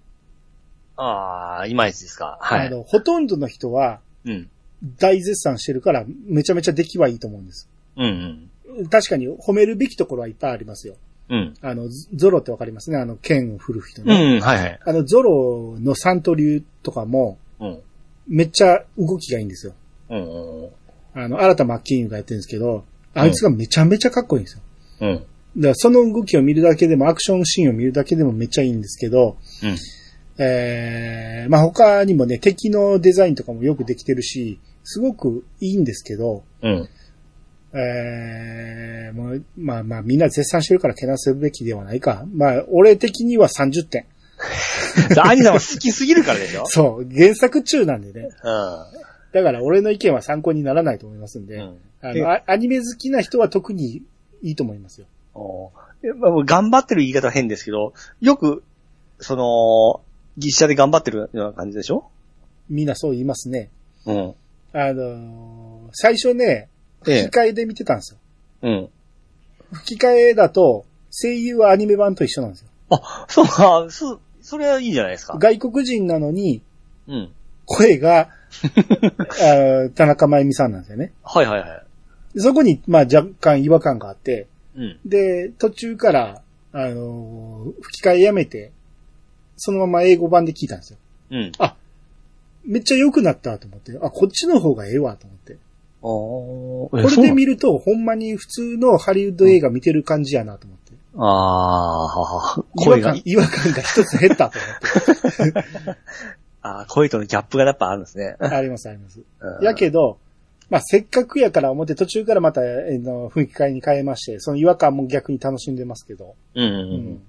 Speaker 2: ああ、いまいちですか。は
Speaker 3: あ
Speaker 2: い。
Speaker 3: の、ほとんどの人は
Speaker 2: うん。
Speaker 3: 大絶賛してるから、めちゃめちゃ出来はいいと思うんです。
Speaker 2: うん。
Speaker 3: 確かに褒めるべきところはいっぱいありますよ。
Speaker 2: うん。
Speaker 3: あの、ゾゾロってわかりますねあの、剣を振る人
Speaker 2: う
Speaker 3: ね。
Speaker 2: ん。うん。はいはい。
Speaker 3: あの、ゾロのサント流とかも、
Speaker 2: うん。
Speaker 3: めっちゃ動きがいいんですよ。
Speaker 2: うんうん。
Speaker 3: あの、新田真剣佑がやってるんですけど、あいつがめちゃめちゃかっこいいんですよ。
Speaker 2: うん。
Speaker 3: だからその動きを見るだけでも、アクションシーンを見るだけでもめっちゃいいんですけど、
Speaker 2: うん。
Speaker 3: えー、まあ他にもね、敵のデザインとかもよくできてるし、すごくいいんですけど、
Speaker 2: うん。
Speaker 3: えー、もう、まあまあみんな絶賛してるからけなすべきではないか。まあ俺的には30点。
Speaker 2: アニさんは好きすぎるからでし ょ
Speaker 3: そう、原作中なんでね。
Speaker 2: う
Speaker 3: だから俺の意見は参考にならないと思いますんで、
Speaker 2: ん。
Speaker 3: あ
Speaker 2: で
Speaker 3: のあアニメ好きな人は特にいいと思いますよ。
Speaker 2: おーえまあもう頑張ってる言い方は変ですけど、よく、その、実写で頑張ってるような感じでしょ
Speaker 3: みんなそう言いますね。
Speaker 2: うん。
Speaker 3: あのー最初ね、吹
Speaker 2: え
Speaker 3: き替えで見てたんですよ。
Speaker 2: え。うん。
Speaker 3: 吹き替えだと、声優はアニメ版と一緒なんですよ。
Speaker 2: あ、 そうか、そ、それはいいじゃないですか。
Speaker 3: 外国人なのに、
Speaker 2: うん。
Speaker 3: 声が、あー田中真由美さんなんですよね。
Speaker 2: はいはいはい。
Speaker 3: でそこに、まあ若干違和感があって、
Speaker 2: うん。
Speaker 3: で、途中から、あのー吹き替えやめて、そのまま英語版で聞いたんですよ。
Speaker 2: うん。
Speaker 3: めっちゃ良くなったと思って、あ、こっちの方がええわと思って。
Speaker 2: こ
Speaker 3: これで見ると、ほんまに普通のハリウッド映画見てる感じやなと思って。
Speaker 2: ああー、
Speaker 3: 違和
Speaker 2: 声が
Speaker 3: 感、、違 和感が一つ減ったと思っ
Speaker 2: あー声とのギャップがやっぱあるんですね。
Speaker 3: て。ありますあります。
Speaker 2: うん
Speaker 3: やけど、まあ、せっかくやから思って途中からまた、えーの、雰囲気変えに変えまして、その違和感も逆に楽しんでますけど。
Speaker 2: うんう。
Speaker 3: うんん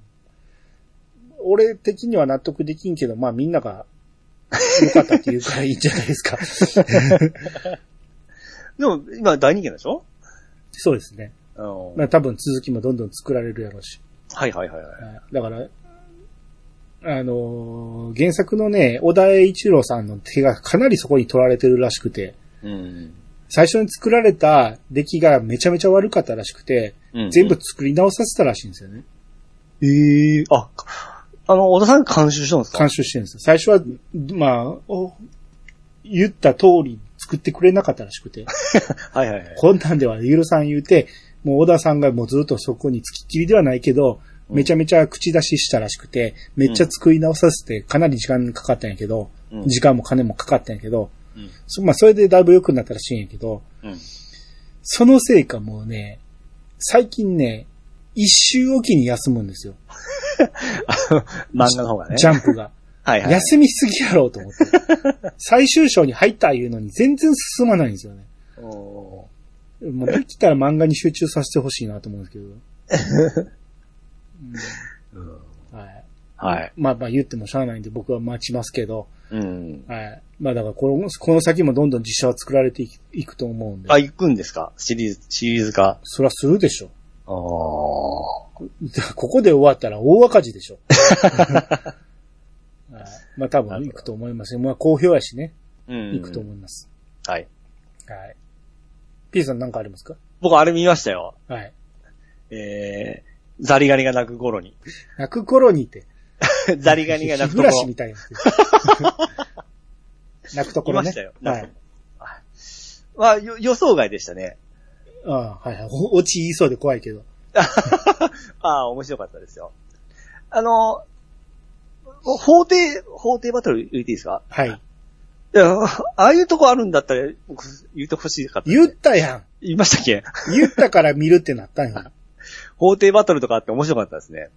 Speaker 3: 俺的には納得できんけど、まあみんなが良かったって言うからいいんじゃないで すか。
Speaker 2: でも、今大人気なんでしょ
Speaker 3: そうですね。
Speaker 2: うん。
Speaker 3: まあ多分続きもどんどん作られるやろうし。
Speaker 2: はいはいはいはい。
Speaker 3: はいだから、あのー原作のね、小田栄一郎さんの手がかなりそこに取られてるらしくて、
Speaker 2: うん。
Speaker 3: 最初に作られた出来がめちゃめちゃ悪かったらしくて、
Speaker 2: うん
Speaker 3: 全部作り直させたらしいんですよね。ええ
Speaker 2: あ、あの、小田さんが監修したんですか
Speaker 3: 監修してるんですよ。最初は、まあ、お言った通り作ってくれなかったらしくて、
Speaker 2: はいはいはい。
Speaker 3: こんなんでは許さん言うて、もう小田さんがもうずっとそこに付きっきりではないけ
Speaker 2: う
Speaker 3: ど、
Speaker 2: ん
Speaker 3: めちゃめちゃ口出ししたらしくて、めっちゃ作り直させてかなり時間かかったんやけど、
Speaker 2: うん
Speaker 3: 時間も金もかかったんやけど、
Speaker 2: うん
Speaker 3: そまあそれでだいぶ良くなったらしいんやけど、
Speaker 2: うん
Speaker 3: そのせいかもうね、最近ね、一周おきに休むんですよ。
Speaker 2: 漫画の方がね。
Speaker 3: ジャンプが。
Speaker 2: はいはい。
Speaker 3: 休みすぎやろうと思って。最終章に入ったいうのに全然進まないんですよね。
Speaker 2: おー
Speaker 3: もうできたら漫画に集中させてほしいなと思うんですけど。
Speaker 2: うん
Speaker 3: うんはい、
Speaker 2: はい。
Speaker 3: まあまあ言ってもしゃあないんで僕は待ちますけど。
Speaker 2: うん。
Speaker 3: はい、まあだからこのこの先もどんどん実写は作られていくいくと思うんで。
Speaker 2: あ、行くんですかシリーズ、シリーズ化。
Speaker 3: そりゃするでしょ。
Speaker 2: ああ。
Speaker 3: だからここで終わったら大赤字でしょ。 はいまあ多分行くと思いますよ。まあ好評やしね。
Speaker 2: うん。
Speaker 3: 行くと思います。
Speaker 2: はい。
Speaker 3: はい。P さん何かありますか
Speaker 2: 僕あれ見ましたよ。
Speaker 3: はい。
Speaker 2: えー、ザリガニが鳴く頃 に。
Speaker 3: 泣く頃にて。
Speaker 2: ザリガニが鳴
Speaker 3: 日
Speaker 2: くと
Speaker 3: 暮
Speaker 2: こ
Speaker 3: らし
Speaker 2: ろ。
Speaker 3: みたいな。泣くとこ
Speaker 2: い
Speaker 3: ろ
Speaker 2: ま
Speaker 3: ね。
Speaker 2: したよ。
Speaker 3: は
Speaker 2: ないん。かまあ、よ予想外でしたね。
Speaker 3: ああ、はいはい。お落ち言いそうで怖いけど。
Speaker 2: ああ、面白かったですよ。あの、法廷、法廷バトル言っていいですか
Speaker 3: はい。
Speaker 2: いや、ああいうとこあるんだったら、僕言ってほしかった。
Speaker 3: 言ったやん。
Speaker 2: 言いましたっけ
Speaker 3: 言ったから見るってなったんや。
Speaker 2: 法廷バトルとかあって面白かったですね。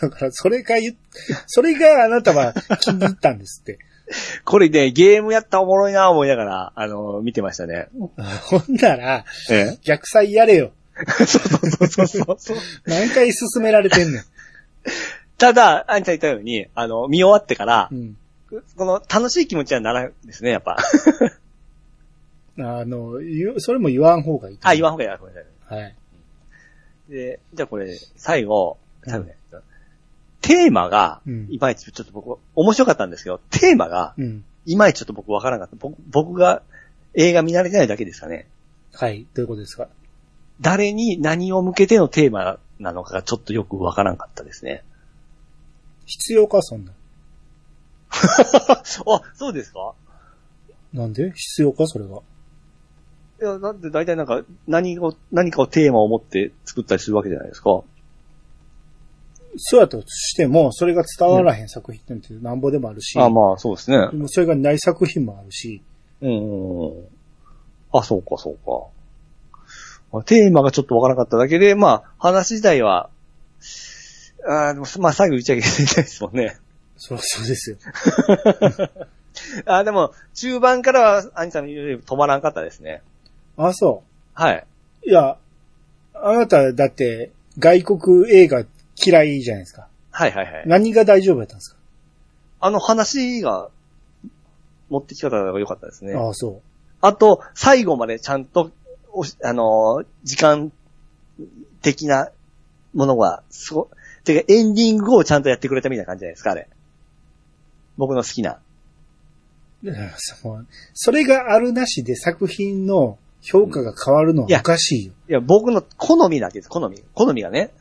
Speaker 3: だから、それが言っ、それがあなたは気に入ったんですって。
Speaker 2: これね、ゲームやったらおもろいな思いながら、あの、見てましたね。
Speaker 3: ほんなら、
Speaker 2: え
Speaker 3: 逆再やれよ。
Speaker 2: え。 そうそうそうそうそう。
Speaker 3: 何回勧められてんねん。
Speaker 2: ただ、あんちゃん言ったように、あの、見終わってから
Speaker 3: う、ん
Speaker 2: この楽しい気持ちはならんですね、やっ ぱ。
Speaker 3: あの、言うそれも言わん方がいい。
Speaker 2: あ、言わん
Speaker 3: ん。
Speaker 2: ほうがいいな、ごめんなさ
Speaker 3: はい。
Speaker 2: い。で、じゃあこれ、最後、多分ね、テーマが、
Speaker 3: うん
Speaker 2: いまいちちょっと僕、面白かったんですけど、テーマが、
Speaker 3: うん。
Speaker 2: いまいちちょっと僕わからなかった。僕僕が映画見慣れてないだけですかね。
Speaker 3: はい。どういうことですか
Speaker 2: 誰に何を向けてのテーマなのかがちょっとよくわからんかったですね。
Speaker 3: 必要か、そんな。
Speaker 2: あ、そうですか
Speaker 3: なんで必要か、それは。
Speaker 2: いや、だって大体なんか、何を、何かをテーマを持って作ったりするわけじゃないですか。
Speaker 3: そうやとしても、それが伝わらへん作品なんてなんぼでもあるし、
Speaker 2: あ、まあ、そうですね。
Speaker 3: でもそれがない作品もあるし、
Speaker 2: うんうんうん。あ、そうか、そうか。テーマがちょっとわからなかっただけで、まあ、話自体は、あーでもまあ、最後打ち上げていたいですもんね。
Speaker 3: そりゃそうですよ。
Speaker 2: あーでも、中盤からは、兄さんの言うより止まらんかったですね。
Speaker 3: あ、そ
Speaker 2: はい。
Speaker 3: う。いや、あなただって外国映画嫌いじゃないですか。
Speaker 2: はいはいはい。
Speaker 3: 何が大丈夫やったんですか、
Speaker 2: あの話が、持ってき方が良かったですね。
Speaker 3: ああ、そ
Speaker 2: あと、最後までちゃんと、おしあのー時間的なものが、そう、てかエンディングをちゃんとやってくれたみたいな感じじゃないですか、あれ。僕の好きな。
Speaker 3: う。いやそうそれがあるなしで作品の評価が変わるの
Speaker 2: いや
Speaker 3: はおかしいよ。
Speaker 2: いや、僕の好みだけです、好み。好みがね。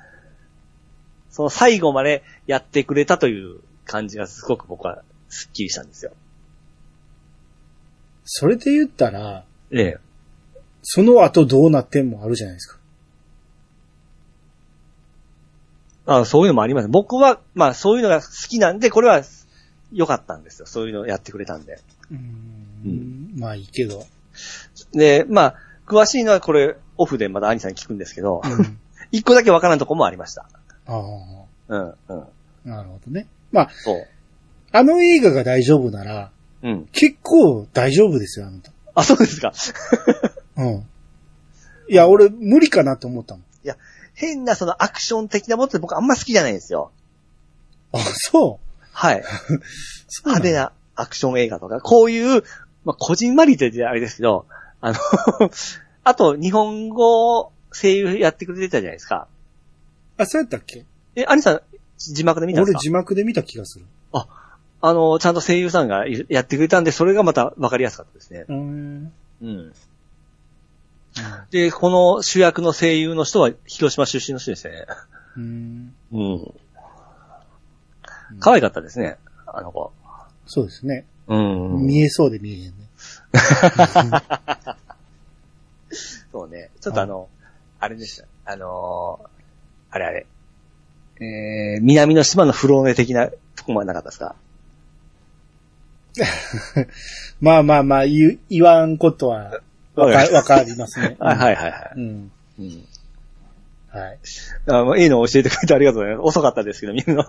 Speaker 2: その最後までやってくれたという感じがすごく僕はスッキリしたんですよ。
Speaker 3: それで言ったら、
Speaker 2: ええ。
Speaker 3: その後どうなってんもあるじゃないですか。
Speaker 2: あそういうのもあります。僕は、まあそういうのが好きなんで、これは良かったんですよ。そういうのをやってくれたんで。
Speaker 3: うー。
Speaker 2: うん
Speaker 3: まあいいけど。
Speaker 2: で、まあ、詳しいのはこれ、オフでまた兄さんに聞くんですけど
Speaker 3: う、 ん、
Speaker 2: 一個だけわからんとこもありました。
Speaker 3: ああ、
Speaker 2: うん、うん。
Speaker 3: なるほどね。まあ、
Speaker 2: そう。
Speaker 3: あの映画が大丈夫なら、
Speaker 2: うん。
Speaker 3: 結構大丈夫ですよ、あなた。
Speaker 2: あ、そうですか。
Speaker 3: うん。いや、俺、無理かなと思ったもん。
Speaker 2: 変なそのアクション的なものって僕あんま好きじゃないんですよ。
Speaker 3: あ、そう。
Speaker 2: はい。
Speaker 3: そう
Speaker 2: 派手
Speaker 3: な
Speaker 2: なアクション映画とか、こういう、まあ、こじんまりと言ってあれですけど、あの、 あと、日本語声優やってくれてたじゃないですか。
Speaker 3: のあ、そうやったっけ
Speaker 2: え、兄さん、字幕で見たんで
Speaker 3: 俺
Speaker 2: すか
Speaker 3: 字幕で見た気がする。
Speaker 2: あの、ちゃんと声優さんがやってくれたんで、それがまたわかりやすかったですね。
Speaker 3: うーん。
Speaker 2: うん。で、この主役の声優の人は広島出身の人ですね。
Speaker 3: うん。
Speaker 2: うん。可愛かったですね、あの子。
Speaker 3: そうですね。
Speaker 2: うん
Speaker 3: 見えそうで見えへんね。
Speaker 2: そうね。ちょっとあの、あれでした。あのーあれあれ。えー、南の島のフローネ的なとこもなかったですか。
Speaker 3: まあまあまあ、言う、言わんことは、わか、わかりますね
Speaker 2: はいはいはいはい。
Speaker 3: うん。
Speaker 2: うん。
Speaker 3: はい。
Speaker 2: あもういいのを教えてくれてありがとうございます。遅かったですけど、見るの。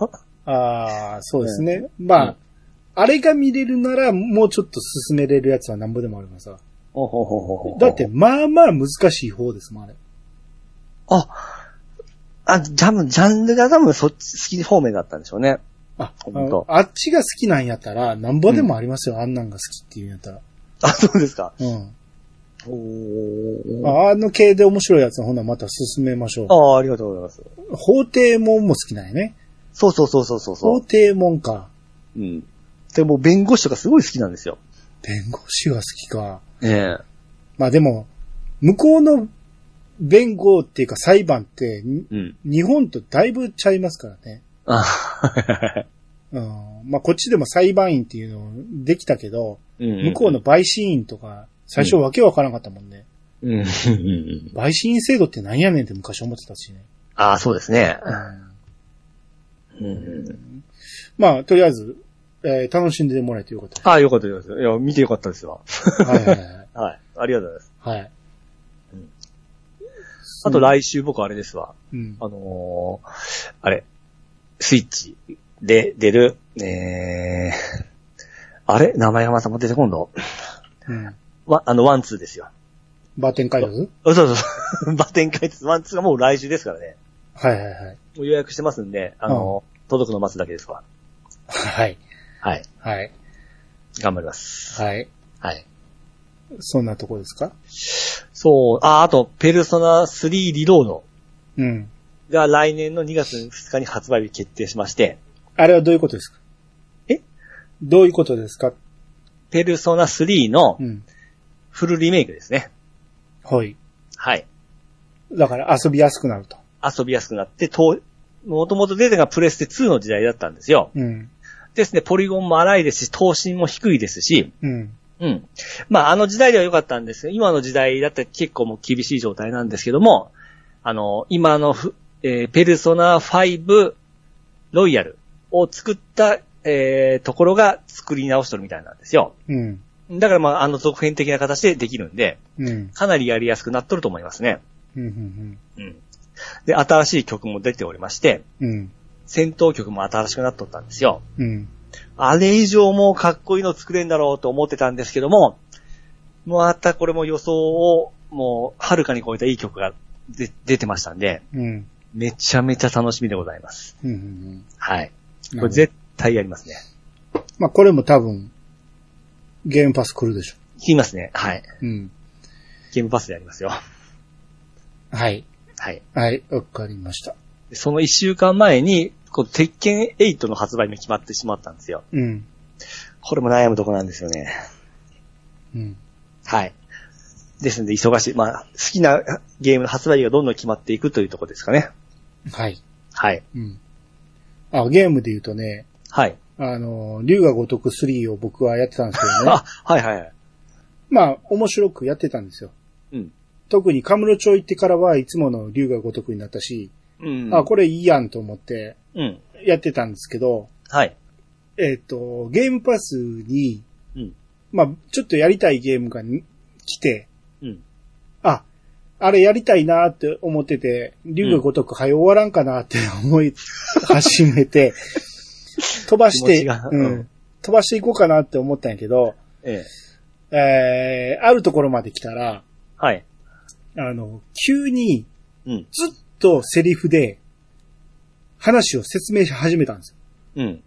Speaker 3: ああ、そうですね。まあ、あれが見れるなら、もうちょっと進めれるやつはなんぼでもありますわ。だって、、まあまあ難しい方ですもん、あれ。
Speaker 2: あ、あ、ジャム、ジャンルが多分そっち、好き方面だったんでしょうね。
Speaker 3: あ、あ
Speaker 2: ほんと
Speaker 3: あっちが好きなんやったら、なんぼでもありますよ、あんなんが好きっていうんやったら。
Speaker 2: あ、そうですか。
Speaker 3: うん。
Speaker 2: おー。
Speaker 3: ああの系で面白いやつのほなまた進めましょう。
Speaker 2: ああ、ありがとうございます。
Speaker 3: 法廷門も好きなんやね。
Speaker 2: そうそうそうそうそう
Speaker 3: 法
Speaker 2: そ
Speaker 3: 廷門か。
Speaker 2: う。うん。でも弁護士とかすごい好きなんですよ。
Speaker 3: 弁護士が好きか。
Speaker 2: ええ。
Speaker 3: まあでも、向こうの弁護っていうか裁判って、に
Speaker 2: うん。
Speaker 3: 日本とだいぶちゃいますからね。
Speaker 2: あ、はいはいはい。
Speaker 3: うん。まあこっちでも裁判員っていうのできたけど、向
Speaker 2: 向
Speaker 3: こうの。陪審員とか、最初わけわからなかったもんね。
Speaker 2: うんうんうんうん。
Speaker 3: 陪審員制度ってなんやねんって昔思ってたしね。
Speaker 2: ああ、そうですね。
Speaker 3: うん
Speaker 2: うん
Speaker 3: まあ、とりあえず、えー楽しんでもらえてよかった
Speaker 2: ああ、よかったよかった。いや、見てよかったですわ。
Speaker 3: です。はいはいはい
Speaker 2: はい。ありがとうございます。
Speaker 3: はい。はい。
Speaker 2: あと来週僕あれですわ。
Speaker 3: うん。
Speaker 2: あのーあれ、スイッチで出る、えー、あれ名前がまたも出てこんの
Speaker 3: うん。
Speaker 2: わ、あの、ワンツーですよ。
Speaker 3: バーテン解説
Speaker 2: あそうそうそう。 バテン解説、ワンツーがもう来週ですからね。
Speaker 3: はいはいはい。
Speaker 2: もう予約してますんで、あのー届くの待つだけですわ。
Speaker 3: はい。
Speaker 2: はい。
Speaker 3: はい。
Speaker 2: 頑張ります。
Speaker 3: はい。
Speaker 2: はい。
Speaker 3: そんなとこですか
Speaker 2: そう、あ、あと、ペルソナ3リロード
Speaker 3: うん。
Speaker 2: が来年の2月2日に発売日決定しまして、
Speaker 3: あれはどういうことですか
Speaker 2: え
Speaker 3: どういうことですか
Speaker 2: ペルソナ3の
Speaker 3: うん。
Speaker 2: フルリメイクですね。
Speaker 3: はい。
Speaker 2: はい。
Speaker 3: だから遊びやすくなると。
Speaker 2: 遊びやすくなって、と、もともと出てがプレステ2の時代だったんですよ。
Speaker 3: うん。
Speaker 2: ですね、ポリゴンも荒いですし、等身も低いですし、
Speaker 3: うん。
Speaker 2: うん。まあ、あの時代では良かったんですが、今の時代だって結構もう厳しい状態なんですけども、あの、今のふ、えーペルソナ5ロイヤルを作った、えーところが作り直しとるみたいなんですよ。
Speaker 3: うん。
Speaker 2: だからまあ、あの続編的な形でできるんで、
Speaker 3: うん。
Speaker 2: かなりやりやすくなっとると思いますね。
Speaker 3: うん。うん。
Speaker 2: うん。で、新しい曲も出ておりまして、
Speaker 3: うん。
Speaker 2: 戦闘曲も新しくなっとったんですよ。
Speaker 3: うん。
Speaker 2: あれ以上もうかっこいいの作れんだろうと思ってたんですけども、またこれも予想をもうはるかに超えたいい曲が出出てましたんで、
Speaker 3: うん。
Speaker 2: めちゃめちゃ楽しみでございます。
Speaker 3: うんうん
Speaker 2: はい。
Speaker 3: うん。
Speaker 2: これ絶対やりますね。
Speaker 3: まあこれも多分、ゲームパス来るでしょ。
Speaker 2: 言いますね。はい。
Speaker 3: うん。
Speaker 2: ゲームパスでやりますよ。
Speaker 3: はい。
Speaker 2: はい。
Speaker 3: はい、わかりました。
Speaker 2: でその一週間前に、こう鉄拳8の発売も決まってしまったんですよ。
Speaker 3: うん。
Speaker 2: これも悩むとこなんですよね。
Speaker 3: うん。
Speaker 2: はい。ですので、忙しい。まあ、好きなゲームの発売日がどんどん決まっていくというところですかね。
Speaker 3: はい。
Speaker 2: はい。
Speaker 3: うん。あ、ゲームで言うとね、
Speaker 2: はい。
Speaker 3: あの、竜が如く3を僕はやってたんですけど ね。
Speaker 2: あ、はいはいはい。
Speaker 3: まあ、面白くやってたんですよ。
Speaker 2: うん。
Speaker 3: 特にカムロ町行ってからはいつもの竜が如くになったし、
Speaker 2: うん。
Speaker 3: あ、これいいやんと思って
Speaker 2: うん。
Speaker 3: やってたんですけど、
Speaker 2: はい。
Speaker 3: えっ、と、ゲームパスに、
Speaker 2: うん
Speaker 3: まあ、ちょっとやりたいゲームがに来て、
Speaker 2: うん。
Speaker 3: あ、あれやりたいなって思ってて、竜が如く早終わらんかなって 思い始めて、飛ばし
Speaker 2: 気持ち
Speaker 3: て、
Speaker 2: が
Speaker 3: う、
Speaker 2: うん
Speaker 3: 飛ばしていこうかなって思ったんやけど、
Speaker 2: ええ。
Speaker 3: えー、あるところまで来たら、
Speaker 2: はい。
Speaker 3: あの、急に
Speaker 2: うん。
Speaker 3: ずっとセリフで話を説明し始めたんです
Speaker 2: う
Speaker 3: よ。
Speaker 2: ん。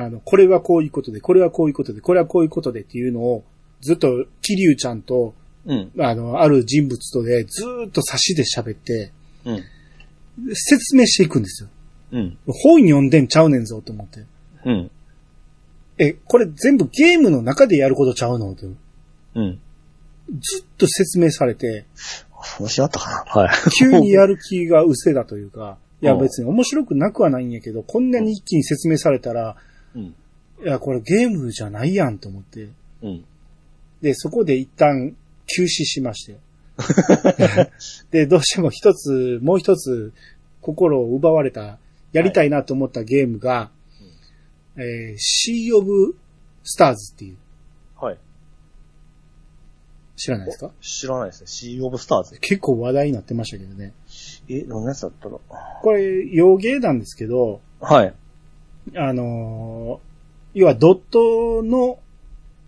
Speaker 3: あの、これはこういうことで、これはこういうことで、これはこういうことでっていうのを、ずっと、桐生ちゃんと、
Speaker 2: うん。
Speaker 3: あの、ある人物とで、ずーっと差しで喋って、
Speaker 2: うん。
Speaker 3: 説明していくんですよ。
Speaker 2: うん。
Speaker 3: 本読んでんちゃうねんぞと思って。
Speaker 2: うん。
Speaker 3: え、これ全部ゲームの中でやることちゃうのと。ず
Speaker 2: うん。
Speaker 3: っと説明されて、
Speaker 2: そのしあったかな はい。
Speaker 3: 急にやる気が失せたというか、いや
Speaker 2: うん
Speaker 3: 別に面白くなくはないんやけど、こんなに一気に説明されたら、
Speaker 2: うん。
Speaker 3: いや、これゲームじゃないやんと思って。
Speaker 2: うん。
Speaker 3: で、そこで一旦休止し ましたよ。で、どうしても一つ、もう一つ心を奪われた、やりたいなと思ったゲームが、えー、シー・オブ・スターズっていう、
Speaker 2: はい。
Speaker 3: 知らないですか
Speaker 2: 知らないですね。シー・オブ・スターズ。
Speaker 3: 結構話題になってましたけどね。
Speaker 2: え、どんなやつだったの
Speaker 3: これ、洋芸なんですけど、
Speaker 2: はい。
Speaker 3: あのー要はドットの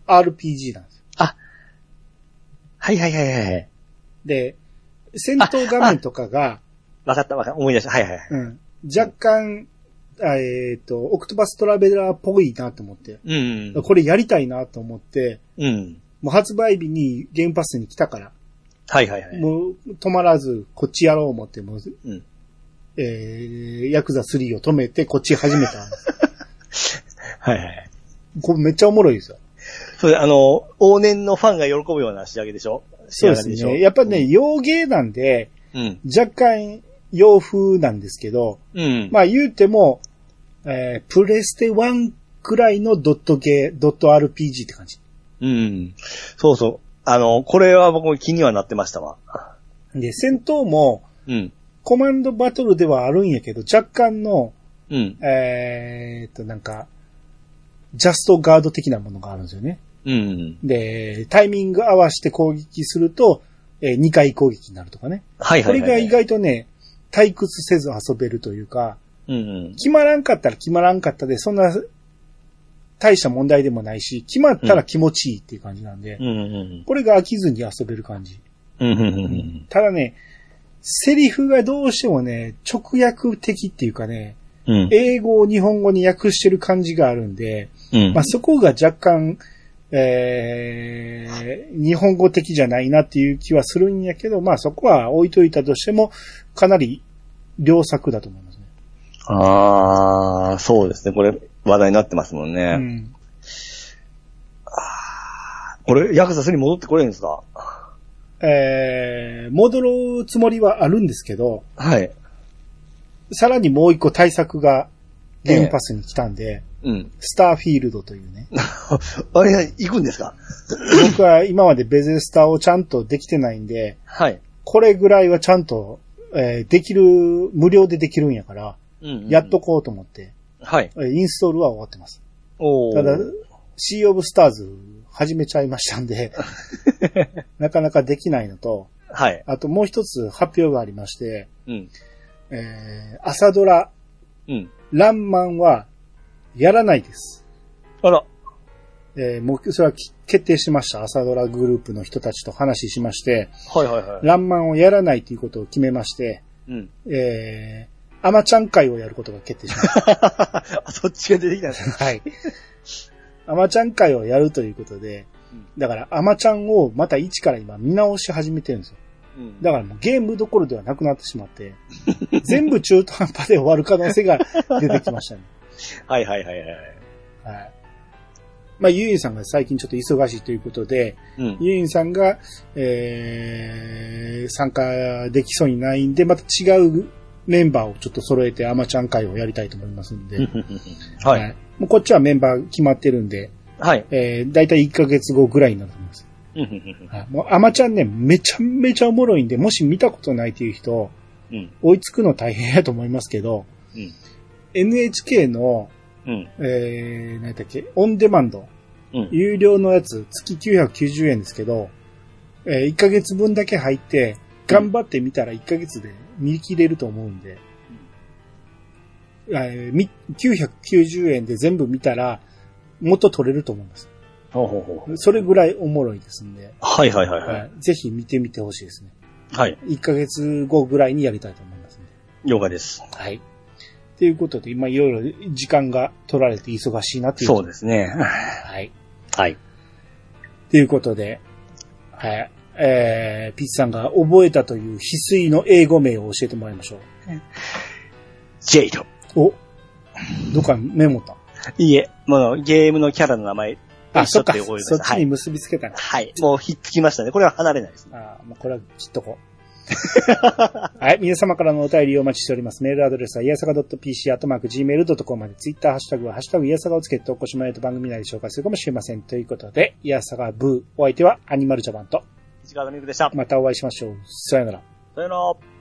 Speaker 3: RPG なんですよ。
Speaker 2: はいはいはいはいはい。
Speaker 3: で、戦闘画面と かが、
Speaker 2: わかったわかった。思い出した。はいはいはい。
Speaker 3: うん、若干、あえっ、と、オクトパストラベラーっぽいなと思って、
Speaker 2: うん。
Speaker 3: これやりたいなと思って、
Speaker 2: うん。
Speaker 3: もう発売日にゲームパスに来たから、
Speaker 2: はいはいはい。
Speaker 3: もう止まらずこっちやろう思って、もう、
Speaker 2: うん
Speaker 3: えー、ヤクザ3を止めてこっち始めた んです。
Speaker 2: はいはいはい。
Speaker 3: これめっちゃおもろいですよ。
Speaker 2: それ、あの、往年のファンが喜ぶような仕上げでしょ
Speaker 3: そうですね。やっぱね、、洋芸なんで、
Speaker 2: うん。
Speaker 3: 若干洋風なんですけど、
Speaker 2: うん。
Speaker 3: まあ言うても、えー、プレステ1くらいのドットゲー、ドット RPG って感じ。
Speaker 2: うん。そうそう。あの、これは僕も気にはなってましたわ。
Speaker 3: で、戦闘も、
Speaker 2: うん。
Speaker 3: コマンドバトルではあるんやけど、若干の、
Speaker 2: うん。
Speaker 3: えーっと、なんか、ジャストガード的なものがあるんですよね。
Speaker 2: うん。
Speaker 3: で、タイミング合わせて攻撃すると、え2回攻撃になるとかね。
Speaker 2: はい
Speaker 3: こ
Speaker 2: は
Speaker 3: れ
Speaker 2: いはい、
Speaker 3: が意外とね、退屈せず遊べるというか、
Speaker 2: うんうん。
Speaker 3: 決まらんかったら決まらんかったで、そんな大した問題でもないし、決まったら気持ちいいっていう感じなんで、
Speaker 2: うんうん
Speaker 3: これが飽きずに遊べる感じ。
Speaker 2: うん。うんうんうんうん。
Speaker 3: ただね、セリフがどうしてもね、直訳的っていうかね、
Speaker 2: うん。
Speaker 3: 英語を日本語に訳してる感じがあるんで、
Speaker 2: うん
Speaker 3: まあ、そこが若干、えー、日本語的じゃないなっていう気はするんやけど、まあそこは置いといたとしても、かなり良作だと思いますね。
Speaker 2: あー、そうですね。これ、話題になってますもんね。
Speaker 3: うん。
Speaker 2: これ、ヤクザスに戻ってこれるんですか
Speaker 3: えー、戻るつもりはあるんですけど、
Speaker 2: はい。
Speaker 3: さらにもう一個対策がゲームパスに来たんで、
Speaker 2: うん。
Speaker 3: スターフィールドというね。
Speaker 2: あれ、行くんですか
Speaker 3: 僕は今までベゼスターをちゃんとできてないんで、
Speaker 2: はい。
Speaker 3: これぐらいはちゃんと、えーできる、無料でできるんやから、
Speaker 2: うん
Speaker 3: やっと。こうと思って、
Speaker 2: はい。
Speaker 3: えーインストールは終わってます。
Speaker 2: おー
Speaker 3: ただ、シー・オブ・スターズ始めちゃいました んで、なかなかできないのと、
Speaker 2: はい。
Speaker 3: あともう一つ発表がありまして、
Speaker 2: うん。
Speaker 3: えー朝ドラ、
Speaker 2: うん。
Speaker 3: ランマンは、やらないです。
Speaker 2: あら。
Speaker 3: えーもう、それはき決定しました。朝ドラグループの人たちと話ししまして、
Speaker 2: はいはいは
Speaker 3: ランマンをやらないということを決めまして、
Speaker 2: い。うん。
Speaker 3: えー、アマちゃん会をやることが決定しまし
Speaker 2: あ、そっちが出てきたんですか
Speaker 3: た。はい。アマちゃん会をやるということで
Speaker 2: うん、
Speaker 3: だからアマちゃんをまた一から今見直し始めてるんですよ。
Speaker 2: うん
Speaker 3: だからもうゲームどころではなくなってしまって、全部中途半端で終わる可能性が出てきましたね。
Speaker 2: はいはいはいはい。
Speaker 3: はい。まあ、ユインさんが最近ちょっと忙しいということで、
Speaker 2: うん。
Speaker 3: ユインさんが、えー、参加できそうにないんで、また違うメンバーをちょっと揃えてアマちゃん会をやりたいと思いますんで。
Speaker 2: はい。。
Speaker 3: もうこっちはメンバー決まってるんで、
Speaker 2: はい。
Speaker 3: えー、だいたい1ヶ月後ぐらいになると思います。
Speaker 2: うん。
Speaker 3: はい。もうアマちゃんね、めちゃめちゃおもろいんで、もし見たことないという人、
Speaker 2: うん。
Speaker 3: 追いつくの大変やと思いますけど、
Speaker 2: うん。
Speaker 3: NHK の、
Speaker 2: うん。
Speaker 3: えー、何だっけ、オンデマンド。
Speaker 2: うん。
Speaker 3: 有料のやつ、月990円ですけど、えー1ヶ月分だけ入って、頑張ってみたら1ヶ月で見切れると思うんで、えーみ990円で全部見たら、元取れると思います。
Speaker 2: ほうほうほう。
Speaker 3: それぐらいおもろいですんで、
Speaker 2: はいはいはいは。
Speaker 3: はいいぜひ見てみてほしいですね。
Speaker 2: はい。
Speaker 3: 1ヶ月後ぐらいにやりたいと思いますんで。
Speaker 2: 了解です。
Speaker 3: はい。ということで、今いろいろ時間が取られて忙しいなっていう。
Speaker 2: そう
Speaker 3: で
Speaker 2: ですね。
Speaker 3: す。はい。
Speaker 2: はい。
Speaker 3: ということで、はい。えー、ピッツさんが覚えたという翡翠の英語名を教えてもらいましょう。
Speaker 2: ジェイド。
Speaker 3: おどっかメモった。
Speaker 2: いいえ、もうゲームのキャラの名前、
Speaker 3: あ、
Speaker 2: 一
Speaker 3: そ
Speaker 2: 緒
Speaker 3: っか。
Speaker 2: て覚えま
Speaker 3: そっ
Speaker 2: した
Speaker 3: ち
Speaker 2: は
Speaker 3: に
Speaker 2: い。
Speaker 3: 結びつけたな。
Speaker 2: はい。もうひっつきましたね。これは離れないですね。
Speaker 3: あーもうこれは切っとこう。 はい。皆様からのお便りをお待ちしております。メールアドレスは、いやさか .pc、あとマーク、gmail.com まで、ツイッター、ハッシュタグは、ハッシュタグ、いやさがをつけてお越しもらえると番組内で紹介するかもしれません。ということで、いやさがブー、お相手はアニマルジャパンと、
Speaker 2: 石川のみゆくでした。
Speaker 3: またお会いしましょう。さよなら。
Speaker 2: さよなら。